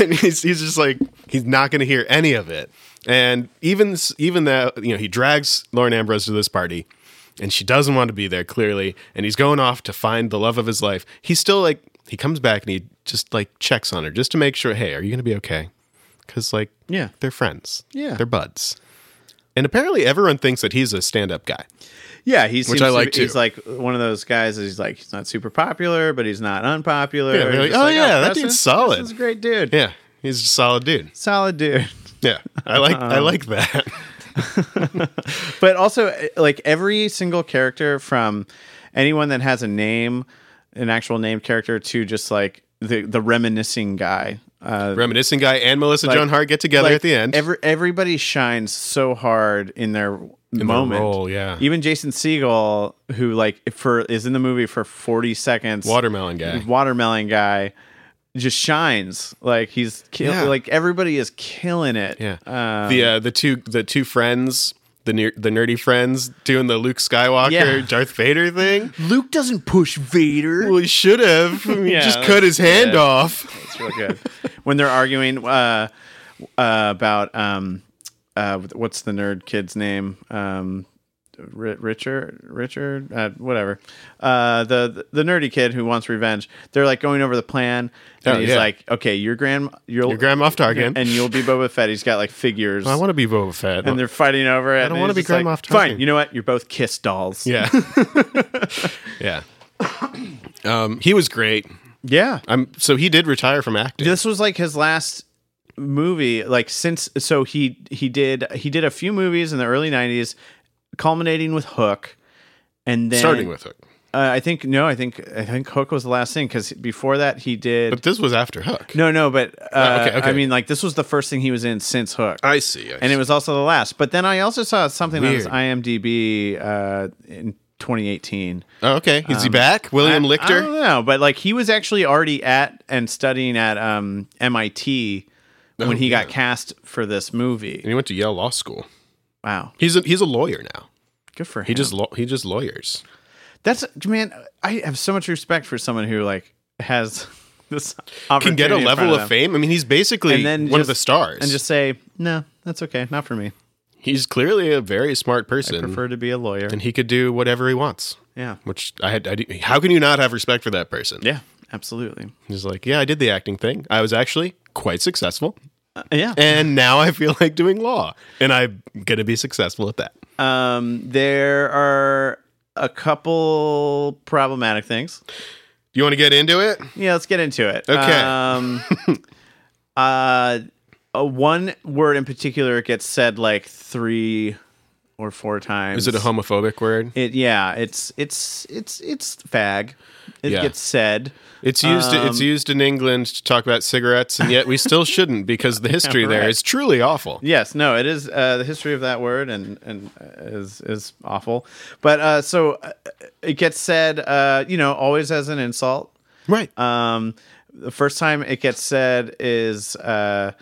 [laughs] and he's he's just like he's not going to hear any of it. And even s- even that you know he drags Lauren Ambrose to this party. And she doesn't want to be there clearly, and he's going off to find the love of his life. He's still like he comes back and he just like checks on her just to make sure, hey, are you going to be okay? Because like
Yeah.
they're friends,
Yeah.
they're buds, and apparently everyone thinks that he's a stand-up guy.
yeah, he's
Which I like, too.
He's like one of those guys. That he's like he's not super popular, but he's not unpopular.
Yeah, they're
He's
like,
just
"Oh, yeah, that dude's solid."
Preston's a great dude.
Yeah, he's a solid dude.
solid dude.
Yeah, I
[laughs]
like I like that.
But also, eh, like every single character from anyone that has a name, an actual named character, to just like the the reminiscing guy. Uh,
Reminiscent guy and Melissa Joan Hart get together
like,
at the end.
Every, everybody shines so hard in their moment.
role, yeah.
Even Jason Siegel, who like for is in the movie for forty seconds,
Watermelon guy.
watermelon guy, just shines. Like he's kill-
Yeah.
like everybody is killing it.
Yeah,
Um,
the uh, the two the two friends. The, ner- the nerdy friends doing the Luke Skywalker
Yeah.
Darth Vader thing.
Luke doesn't push Vader.
Well, he should have.
[laughs]
He
Yeah,
just cut his hand
yeah.
off.
It's real good. when they're arguing uh, uh, about um, uh, what's the nerd kid's name? Um, Ri- Richard, Richard, uh, whatever. Uh, the the nerdy kid who wants revenge. They're like going over the plan, and
Oh,
he's
yeah.
like, "Okay, your grand, you'll,
Your Grand Moff Tarkin.
and you'll be Boba Fett." He's got like figures,
I want to be Boba Fett.
and they're fighting over it. I
don't wanna be Grand Moff
Fine,
Tarkin."
you know what? You're both kiss dolls. [laughs]
Yeah. yeah. Um, he was great.
yeah.
I'm so he did retire from acting.
this was like his last movie like since so he he did he did a few movies in the early 90s culminating with hook and then
starting with Hook.
uh, i think no i think i think hook was the last thing because before that he did
But this was after Hook.
no no but uh,
okay, okay.
i mean like this was the first thing he was in since hook
I see.
and it was also the last but then i also saw something on his
Weird.
imdb uh in 2018
oh, okay. Is he back? William
um, I- I
Lichter?
don't know, but like he was actually already at and studying at um, MIT when
Oh,
he got cast for this
And
movie.
he went to Yale Law School.
Wow,
He's a he's a lawyer now.
good for him.
He just law he just lawyers.
that's man. I have so much respect for someone who like has [laughs] this
Can get a
opportunity in front
level of
them.
fame. I mean, he's basically
and then
one of
just-
the stars.
and just say no, that's okay, not for me.
he's clearly a very smart person,
Prefer to be a lawyer.
and he could do whatever he wants.
Yeah,
Which I had. I, do- how can you not have respect for that person?
yeah, absolutely.
He's like, yeah, I did the acting thing. I was actually quite successful.
Uh, yeah,
and now I feel [laughs] like doing law, and I'm gonna be successful at that.
um, there are a couple problematic things.
You want to get into it?
Yeah, let's get into it.
Okay.
Um,
[laughs]
uh, uh, one word in particular gets said like three or four times.
Is it a homophobic word?
It yeah. It's it's it's it's fag. It
Yeah.
gets said.
It's used.
um,
it's used in England to talk about cigarettes, and yet we still shouldn't
[laughs]
because the history there
Right.
is truly awful.
Yes, no, it is uh, the history of that word and and uh, is is awful. But uh, so uh, it gets said, uh, you know, always as an insult.
Right.
Um, the first time it gets said is uh,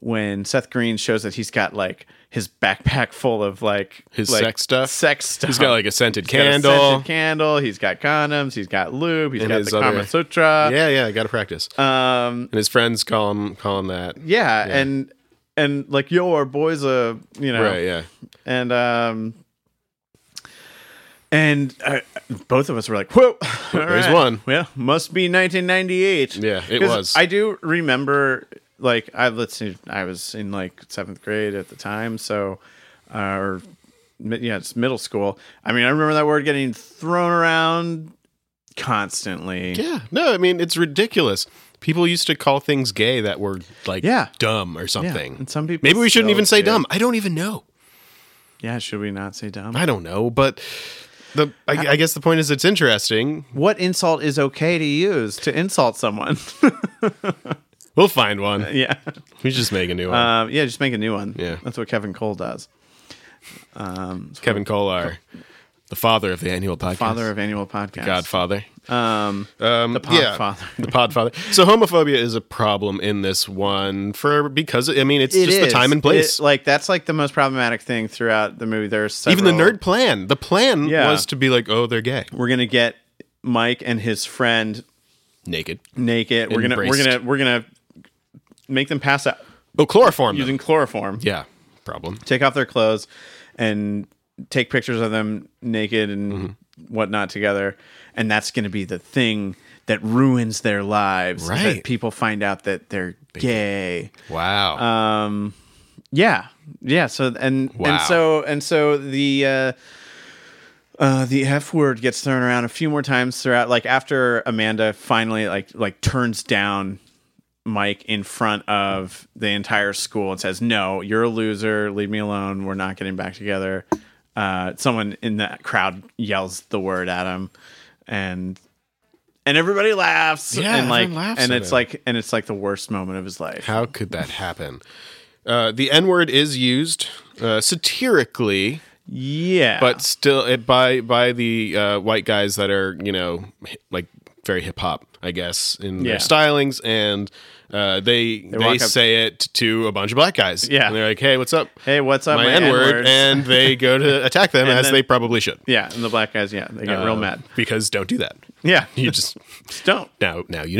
when Seth Green shows that he's got like his backpack [laughs] full of like
His
like,
sex stuff?
Sex stuff.
He's got like a scented
He's got a
candle.
scented candle. He's got condoms. He's got lube. He's
And
got
his
the Kama
other-
Sutra.
yeah, yeah. Got to practice.
Yeah. Um,
and his friends call him call him that.
yeah, and and like yo, our boys a you know
Right. Yeah.
and um. And uh, both of us were like, "Whoa, [laughs] all
There's one.
Well, must be 1998."
Yeah, it
'Cause
was.
I do remember, like, I let's see, I was in like seventh grade at the time, so uh, or mi- yeah, it's middle school. I mean, I remember that word getting thrown around constantly.
Yeah. No, I mean it's ridiculous. People used to call things gay that were like
Yeah.
dumb or something.
and some people
Maybe we shouldn't
still
even say
do.
dumb. I don't even know.
Yeah, should we not say dumb?
I don't know, but the I, I guess the point is it's interesting.
What insult is okay to use to insult someone?
We'll find one.
[laughs] Yeah.
We just make a new one.
Um, yeah, just make a new one.
Yeah.
That's what Kevin Cole does.
Kevin Kolar, the father of the annual podcast,
Father of annual podcast.
Godfather,
Um,
Um,
the
yeah.
podfather.
the Podfather. So homophobia is a problem in this one for because I mean it's
It
just the
is.
time and place.
It- like that's like the most problematic thing throughout the movie. There's
Even the
several-
nerd plan. The plan
Yeah.
was to be like, oh, they're gay,
We're gonna get Mike and his friend
naked.
naked. We're gonna
Embraced.
we're gonna we're gonna make them pass out
Oh, chloroform. them.
using chloroform.
yeah, problem.
Take off their clothes and take pictures of them naked and
Mm-hmm.
whatnot together. And that's gonna be the thing that ruins their lives. is that
Right.
people find out that they're gay. Uh,
Wow.
Um, Yeah, yeah. So and
Wow.
and so and so the uh, uh, the F word gets thrown around a few more times throughout. Like after Amanda finally like like turns down Mike in front of the entire school and says, "No, you're a loser. Leave me alone. We're not getting back together." Uh, someone in that crowd yells the word at him, and and everybody laughs.
Yeah,
and like
everyone laughs
and
at
it's
him.
like and it's like the worst moment of his life.
How could that happen? Uh, the N word is used uh, satirically.
yeah,
but still it, by by the uh, white guys that are you know hi- like very hip hop I guess in
Yeah.
their stylings and uh, they they,
walk up-
say it to a bunch of black guys
Yeah.
and they're like hey what's up
hey, what's up,
my,
my
N word
N-words?
and they
[laughs]
go to attack them
And
as
then-
they probably should
Yeah, and the black guys, yeah, they get
Uh,
real mad.
because don't do that
[laughs] Yeah,
you just
just don't.
now now you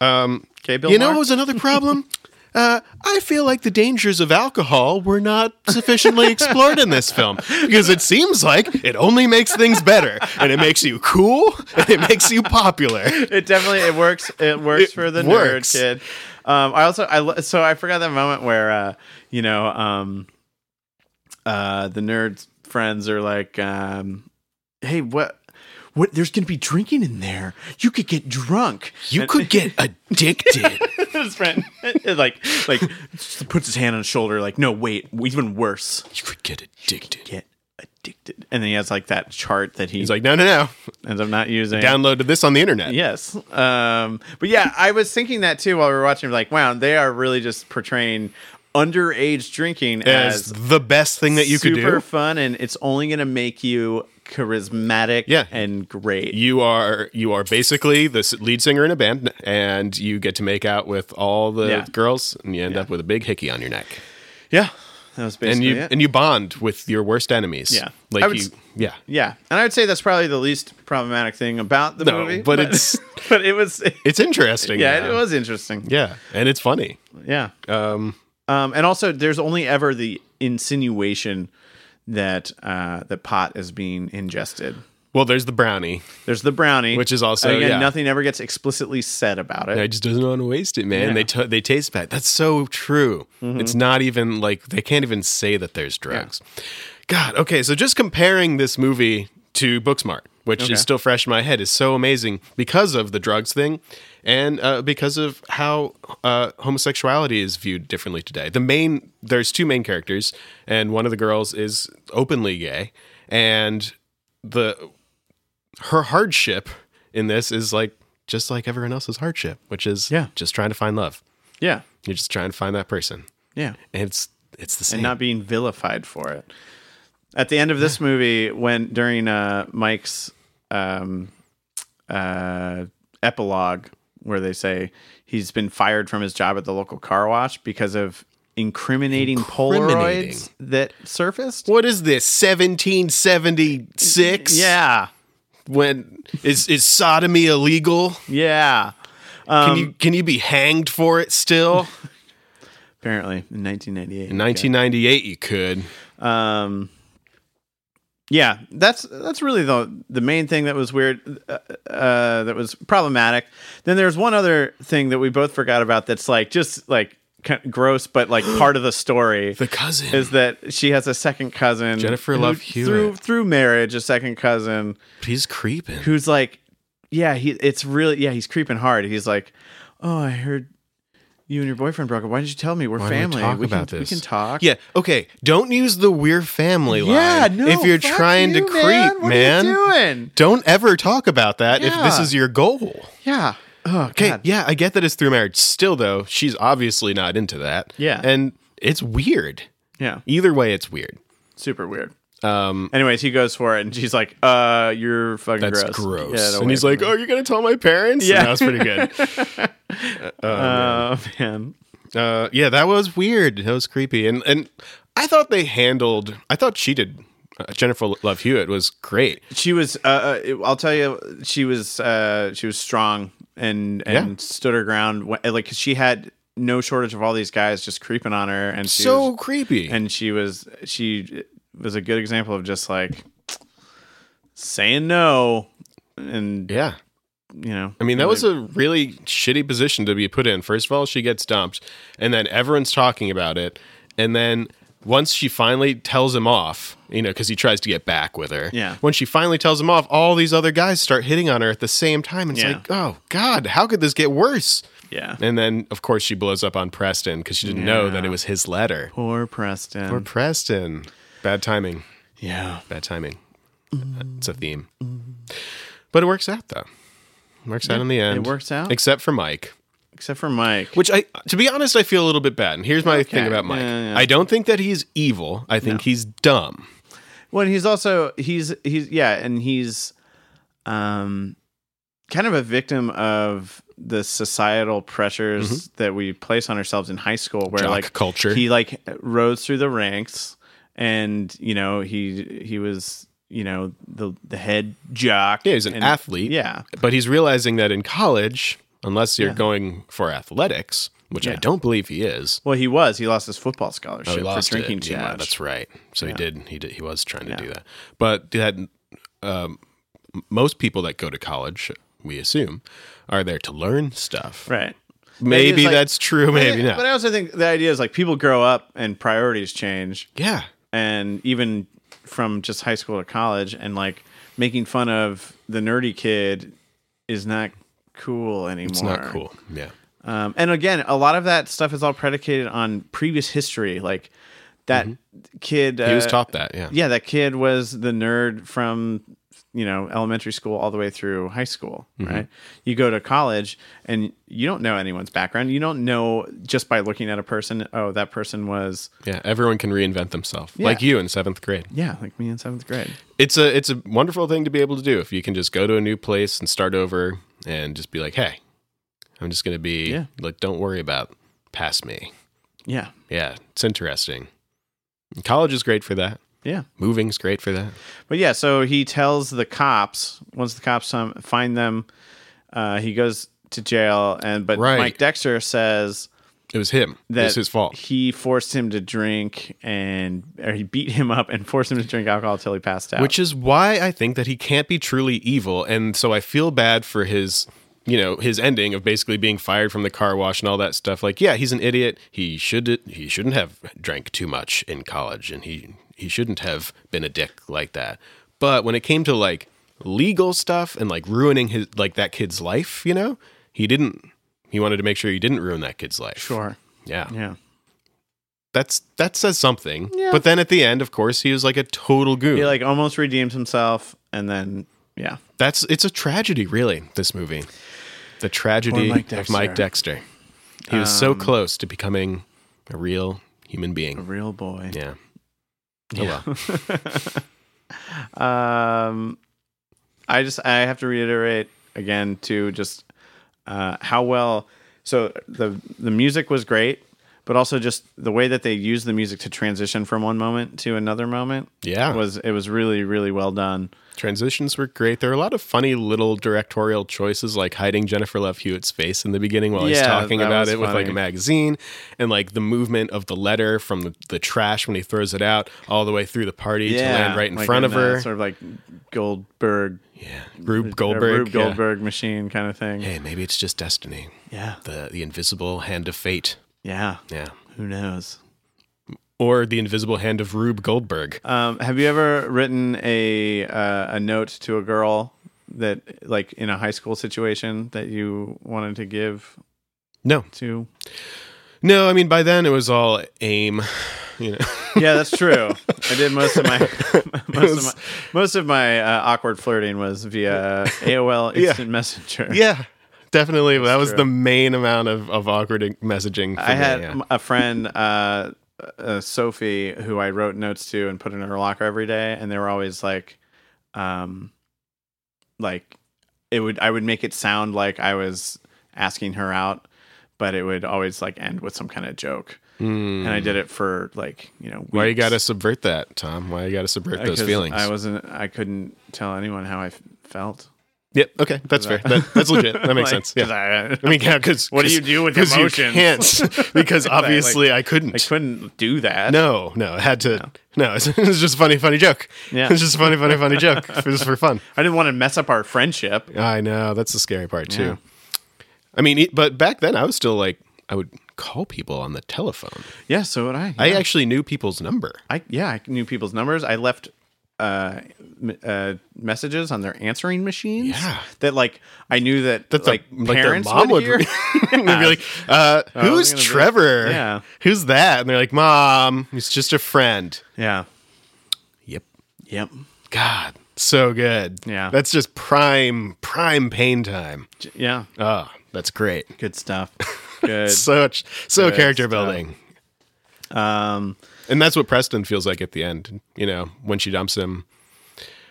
know
Okay, Bill.
you know
Maher?
what was
[laughs]
another problem. Uh, I feel like the dangers of alcohol were not
[laughs]
sufficiently explored in this film because it seems like it only makes things better and it makes you cool and it makes you popular.
it definitely it works. [laughs] It works
It
for the
works.
nerd kid. Um, I also I lo- so I forgot that moment where uh, you know um, uh, the nerd friends are like, um, hey, what? What, there's going to be drinking in there. You could get drunk.
You could get addicted.
[laughs] His [laughs] friend, like, like, just [laughs] puts his hand on his shoulder. Like, no, wait, even worse.
You could get addicted.
Get addicted. And then he has like that chart that he
He's like, no, no, no.
ends up not using.
Downloaded this on the internet.
Yes. Um, but yeah, I was thinking that too while we were watching. Like, wow, they are really just portraying underage drinking
As
as,
the best thing that you could
super
do.
fun, and it's only going to make you charismatic
Yeah.
and great.
You are you are basically the s- lead singer in a band, and you get to make out with all the
Yeah.
girls, and you end up with a big hickey on your neck.
yeah, that was
and
basically
you
it.
and you bond with your worst enemies.
Yeah. I
like
would
you,
s-
yeah.
yeah, and I would say that's probably the least problematic thing about the
No,
movie.
but it's-
[laughs] but it
[laughs]
was
It's
[laughs]
interesting.
yeah,
though.
it was interesting.
Yeah, and it's funny.
Yeah. Um, and also, there's only ever the insinuation that uh, that pot is being ingested.
Well, there's the brownie.
There's the brownie,
Which is also-
again
yeah.
nothing ever gets explicitly said about it.
I just doesn't want to waste it, man.
Yeah. Mm-hmm.
They t- they taste bad. That's so true. It's not even like they can't even say that there's drugs. God. Okay. So just comparing this movie to Booksmart, which
Okay.
is still fresh in my head, is so amazing because of the drugs thing, and uh, because of how uh, homosexuality is viewed differently today. The main there's two main characters, and one of the girls is openly gay, and the her hardship in this is like just like everyone else's hardship, which is
Yeah.
just trying to find love.
yeah,
You're just trying to find that person,
yeah,
and it's it's the same.
and not being vilified for it. At the end of
[laughs]
this movie, when during uh, Mike's um, uh, epilogue, where they say he's been fired from his job at the local car wash because of incriminating,
Incriminating.
Polaroids that surfaced.
what is this 1776?
Yeah,
when is is sodomy illegal?
yeah.
can
Um,
you can you be hanged for it
[laughs]
still?
Apparently, in 1998.
In 1998, you could.
Um, yeah, that's that's really the the main thing that was weird, uh, uh, that was problematic. Then there's one other thing that we both forgot about. That's like just like kind of gross, but
[gasps]
like part of the story.
The cousin
is that she has a second cousin,
Jennifer
who-
Love
through
Hewitt.
through marriage, a second cousin
he's creeping.
who's like, yeah, he it's really yeah, he's creeping hard. He's like, oh, I heard you and your boyfriend broke up. Why didn't you tell me? We're
Why don't
family.
talk
we can
about
we
this?
can talk.
Yeah. Okay. Don't use the "we're family" line.
Yeah, no.
If you're
fuck
trying
you,
to
man.
creep,
What
man,
are you doing?
don't ever talk about that if this
Yeah.
is your goal.
Yeah, Oh,
Okay, yeah, I get that it's through marriage. Still, though, she's obviously not into that.
Yeah.
and it's weird.
Yeah.
Either way, it's weird.
Super weird. Um. Anyways, he goes for it, and she's like, "Uh, you're fucking
That's
gross."
gross.
Get away
and he's
from
like,
me.
"Oh, you're gonna tell my parents?" Yeah,
Yeah.
that was pretty good.
[laughs] "Oh man."
Uh, yeah, that was weird. That was creepy, and and I thought they handled. I thought she did. Uh, Jennifer Love Hewitt was great.
She was. Uh, uh, it- I'll tell you, she was. Uh, she was strong and and
Yeah.
stood her ground. wh- Like 'cause she had no shortage of all these guys just creeping on her, and she
so
was,
creepy.
and she was she was a good example of just like saying no, and
yeah,
you know,
I mean that was a really shitty position to be put in. First of all, she gets dumped, and then everyone's talking about it, and then once she finally tells him off, you know, because he tries to get back with her.
Yeah.
When she finally tells him off, all these other guys start hitting on her at the same time. And it's
Yeah.
like, oh God, how could this get worse?
yeah.
And then, of course, she blows up on Preston because she didn't know that it was his letter.
Poor Preston.
Or Preston. Bad timing.
yeah.
Bad timing. It's a theme. But it works out, though. It works out in the end.
works out.
Except for Mike.
Except for Mike.
Which I, to be honest, I feel a little bit bad. And here's my thing about Mike.
yeah, yeah.
I don't think that he's evil. I think he's dumb.
Well, and he's also he's he's yeah, and he's um kind of a victim of the societal pressures that we place on ourselves in high school where
Mm-hmm. Jock
like
culture.
He like rose through the ranks and you know, he he was, you know, the the head jock.
Yeah, he's an
and-
athlete.
Yeah.
But he's realizing that in college, unless you're going for athletics, which I
Yeah.
don't believe he is,
Well, he was. He lost his football scholarship
Oh, he lost
for drinking
it.
too
yeah,
much.
That's right. So he did. He did. He was trying to do that. But that um, m- most people that go to college, we assume, are there to learn stuff.
Right.
Maybe,
it's like-
that's true. Maybe not.
But I also think the idea is like people grow up and priorities change.
yeah.
and even from just high school to college and like making fun of the nerdy kid is not cool anymore.
It's not cool. Yeah.
Um, and again, a lot of that stuff is all predicated on previous history. Like that kid,
Mm-hmm. He was
uh,
taught that. Yeah.
Yeah, that kid was the nerd from you know elementary school all the way through high school.
Mm-hmm.
Right. You go to college and you don't know anyone's background. You don't know just by looking at a person. Oh, that person was
Yeah. Everyone can reinvent themselves, like you in seventh grade.
yeah, like me in seventh grade.
It's a it's a wonderful thing to be able to do if you can just go to a new place and start over and just be like, hey, I'm just gonna be
Yeah.
like, don't worry about past me.
Yeah.
Yeah, it's interesting. College is great for that.
Yeah.
Moving's great for that.
But yeah, so he tells the cops once the cops um, find them, uh, he goes to jail. And but
Right.
Mike Dexter says
It was him.
that
it was his fault.
He forced him to drink and or he beat him up and [laughs] forced him to drink alcohol till he passed out.
Which is why I think that he can't be truly evil. And so I feel bad for his, you know, his ending of basically being fired from the car wash and all that stuff. Like, yeah, he's an idiot. He should he shouldn't have drank too much in college and he he shouldn't have been a dick like that. But when it came to like legal stuff and like ruining his like that kid's life, you know, he didn't he wanted to make sure he didn't ruin that kid's life.
sure,
Yeah.
yeah,
that's that says something. But then at the end, of course, he was like a total goon.
he like almost redeems himself, and then yeah,
that's it's a tragedy, really. This movie, the tragedy
Poor Mike Um,
of Mike Dexter. He was so close to becoming a real human
a
being.
real boy.
Yeah. Oh well.
Um, I just I have to reiterate again to just uh, how well. So the the music was great, but also just the way that they used the music to transition from one moment to another moment.
Yeah.
was it was really really well done.
[laughs] Transitions were great. There are a lot of funny little directorial choices, like hiding Jennifer Love Hewitt's face in the beginning while he's
Yeah,
talking
that
about
was
it with like a
funny.
magazine, and like the movement of the letter from the, the trash when he throws it out all the way through the party to land right in
like
front of
the
her.
sort of like Goldberg,
Rube
or
Goldberg.
uh, Rube
yeah.
Goldberg machine kind of thing.
Hey, maybe it's just destiny.
Yeah,
The the invisible hand of fate.
yeah. [laughs]
Yeah.
Who knows?
Or the invisible hand of Rube Goldberg.
Um, have you ever written a uh, a note to a girl that like in a high school situation that you wanted to give
No.
to?
No, I mean by then it was all aim, [laughs]
[laughs]
you know.
Yeah, that's true. I did most of my [laughs] most of my, most of my uh, awkward flirting was via AOL Instant Messenger.
yeah. Definitely, that was the main amount of, of awkward messaging. For
I
me,
had
yeah.
m- a friend, uh, uh, Sophie, who I wrote notes to and put in her locker every day, and they were always like, um, like it would. I would make it sound like I was asking her out, but it would always like end with some kind of joke. And I did it for like you know. Weeks.
Hmm. Why you got to subvert that, Tom? Why you got to subvert those
Because
feelings?
I wasn't. I couldn't tell anyone how I f- felt.
Yep. Okay, that's
[laughs]
fair. That, that's legit. That makes
Like,
sense.
[laughs]
Yeah.
'cause I-
I mean, yeah, because
What do you do with
emotion?
emotions?
You
[laughs]
can't, [laughs] because obviously I [laughs] couldn't.
I couldn't do that.
No, no, I had to. [laughs] No, it's, it's just a funny, funny joke.
Yeah.
[laughs] it's just a funny, funny, funny
[laughs]
joke. It was for fun.
I didn't want to mess up our friendship.
I know that's the scary part too. I mean, it- but back then I was still like I would call people on the telephone.
Yeah, so would I.
I
yeah.
actually knew
[laughs]
people's number. [laughs]
I yeah, I knew people's numbers. I left uh, m- uh, messages on their answering machines.
Yeah.
that like I knew that
That's
like,
like their
parents
mom
would,
would
hear.
re- [laughs]
[laughs]
They'd be like, uh,
Oh,
"Who's
gonna be-
Trevor?
Yeah.
who's that?" And they're like, "Mom, he's just a friend."
yeah,
Yep.
yep.
God, so good.
Yeah.
that's just prime, prime pain time.
J- Yeah,
Oh, that's great.
good
[laughs]
stuff. Good.
Such so
Good
character
stuff.
building.
um,
And that's what Preston feels like at the end, you know, when she dumps him,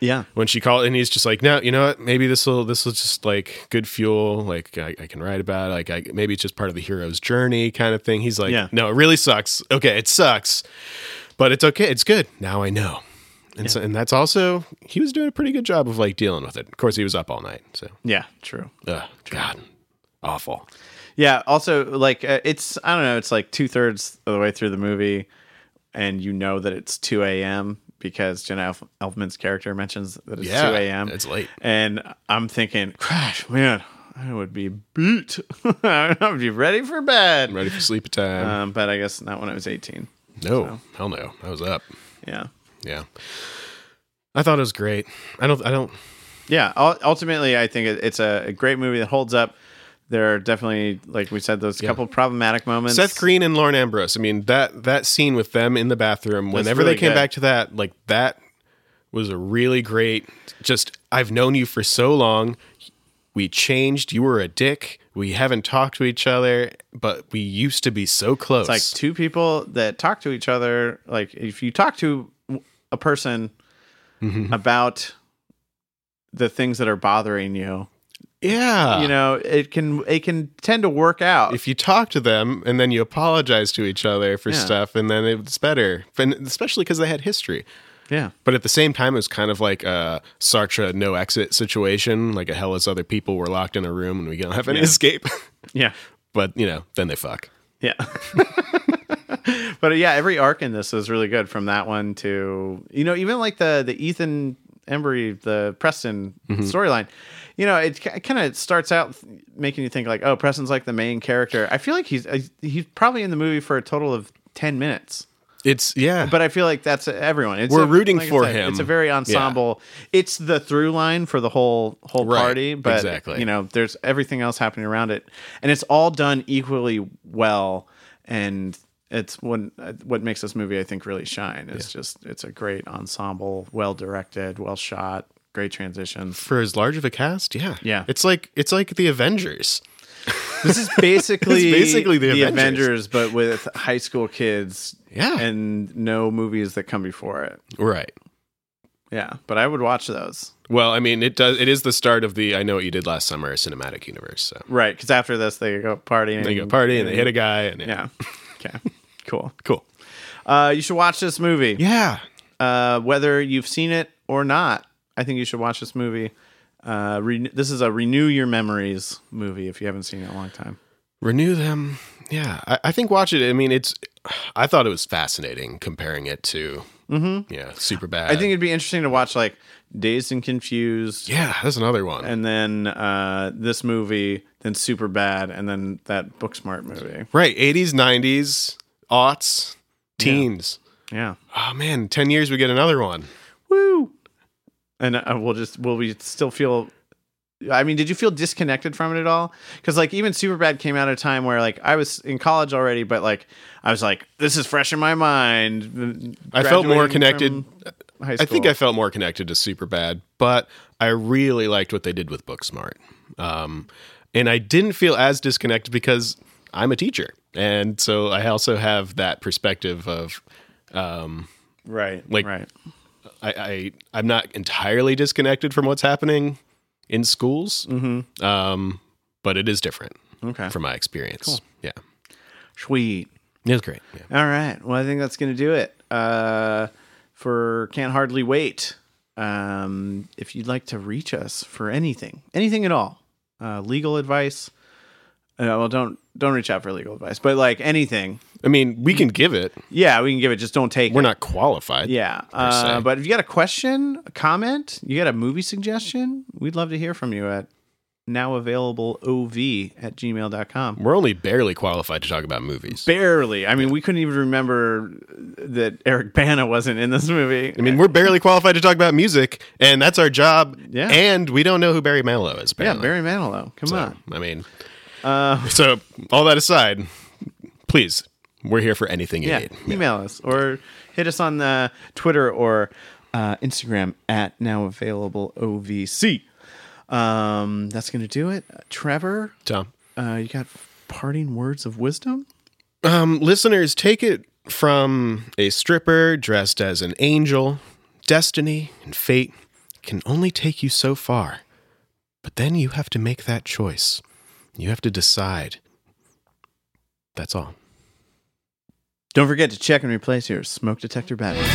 yeah,
when she calls, and he's just like, no, you know what? Maybe this will, this will just like good fuel. Like I, I can write about it. Like I, maybe it's just part of the hero's journey kind of thing. He's like,
Yeah.
no, it really sucks. Okay. It sucks, but it's okay. It's good. Now I know. And so, and that's also, he was doing a pretty good job of like dealing with it. Of course he was up all night. So,
yeah. True.
ugh, God, awful.
Yeah. Also, like uh, it's I don't know. It's like two thirds of the way through the movie, and you know that it's two a.m. because Jenna Elf- Elfman's character mentions that it's
Yeah,
two a.m.
it's late.
and I'm thinking, gosh, man, I would be beat. [laughs] I would be ready for bed.
I'm ready for sleep time.
Um, but I guess not when I was 18.
no, hell no. I was up.
Yeah.
Yeah. I thought it was great. I don't, I don't,
Yeah. ul- Ultimately, I think it- it's a a great movie that holds up. There are definitely, like we said, those couple problematic moments.
Seth Green and Lauren Ambrose. I mean that that scene with them in the bathroom. Whenever
really
they came
good.
back to that, like that was a really great. Just I've known you for so long. We changed. You were a dick. We haven't talked to each other, but we used to be so
It's
close.
like two people that talk to each other. Like if you talk to a person
Mm-hmm.
about the things that are bothering you,
yeah,
you know, it can it can tend to work out.
Ah. if you talk to them and then you apologize to each other for
Yeah.
stuff, and then it's better. And especially because they had history.
yeah.
But at the same time, it was kind of like a Sartre no exit situation, like a hell is other people were locked in a room and we don't have any escape. [laughs]
Yeah.
but you know, then they fuck.
Yeah. [laughs] but uh, yeah, every arc in this is really good from that one to you know even like the the Ethan Embry the Preston storyline. You know, it, kind of starts out th- making you think like, oh, Preston's like the main character. I feel like he's uh, he's probably in the movie for a total of 10 minutes.
It's yeah,
But I feel like that's everyone. It's
We're
a-
rooting
like I
for
said,
him.
It's a very ensemble. It's the through line for the whole whole
Right,
party. But
exactly.
you know, there's everything else happening around it, and it's all done equally well. And it's one uh, what makes this movie, I think, really shine. It's just it's a great ensemble, well directed, well shot, great
[laughs]
transitions.
for as large of a cast, yeah,
Yeah.
It's like it's like the Avengers.
This is basically
It's basically the Avengers.
Avengers, but with high school kids.
Yeah.
and no movies that come before it.
Right.
Yeah, but I would watch those.
Well, I mean, it does. It is the start of the I know what you did last summer cinematic universe. So
Right, because after this they go partying.
they go party and they hit a guy
[laughs]
and
Yeah. Okay. cool.
cool.
Uh, you should watch this movie,
Yeah,
uh, whether you've seen it or not. I think you should watch this movie. Uh, re- this is a renew your memories movie if you haven't seen it in a long time.
renew them. Yeah, I, I think watch it. I mean, it's. I thought it was fascinating comparing it to. Yeah, super bad.
Mm-hmm. I think it'd be interesting to watch like Dazed and Confused,
Yeah, that's another one.
and then uh, this movie, then Super Bad, and then that Booksmart movie.
Right. 80s, 90s, aughts, teens.
Yeah.
Oh, man. 10 years, we get another one.
Woo! And uh, we'll just will we still feel? I mean, did you feel disconnected from it at all? Because like even Superbad came out at a time where like I was in college already, but like I was like, this is fresh in my mind.
I felt more connected-
Graduating from High
I
school.
think I felt more connected to Superbad, but I really liked what they did with Booksmart. Um, And I didn't feel as disconnected because I'm a teacher. And so I also have that perspective of um,
Right.
Like-
right.
I, I I'm not entirely disconnected from what's happening in schools, mm-hmm. um, but it is different
Okay.
from my experience. Yeah,
Sweet.
it was great. Yeah.
All right. Well, I think that's going to do it uh, for Can't Hardly Wait. Um, if you'd like to reach us for anything, anything at all, uh, legal advice. Uh, well, don't don't reach out for legal advice, but like anything,
I mean, we can give it.
yeah, we can give it. Just don't take.
We're
it.
not qualified.
Yeah.
se.
Uh, but if you got a question, a comment, you got a movie suggestion, we'd love to hear from you at now available ov at gmail.com.
we're only barely qualified to talk about movies.
Barely. I mean, we couldn't even remember that Eric Bana wasn't in this movie.
I mean, we're barely qualified to talk about music, and that's our job.
Yeah.
and we don't know who Barry Manilow is.
yeah,
Apparently.
Barry Manilow. Uh, Come
So,
on.
I mean, so all that aside, please, we're here for anything you
Yeah.
need.
Email us or hit us on the Twitter or uh, Instagram at now available ovc. Um, that's going to do it. Trevor,
Tom.
uh, you got parting words of wisdom?
Um, listeners, take it from a stripper dressed as an angel. Destiny and fate can only take you so far, but then you have to make that choice. You have to decide. That's all.
Don't forget to check and replace your smoke detector battery.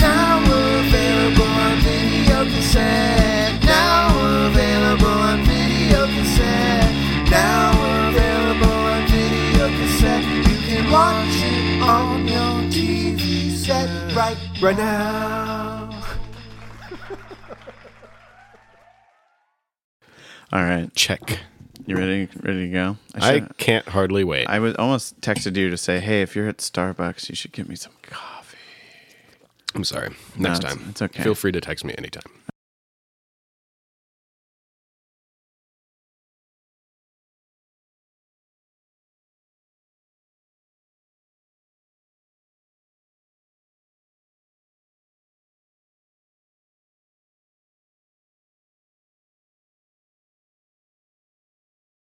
Now available on video cassette. Now available on video cassette. Now available on video cassette. You can watch it on your TV set right, right now.
All right,
Check.
you ready? Ready to go? I
I
should-
can't hardly wait.
I was almost texted you to say, hey, if you're at Starbucks, you should get me some coffee.
I'm sorry. Next
it's-
time.
it's okay.
Feel free to text me anytime.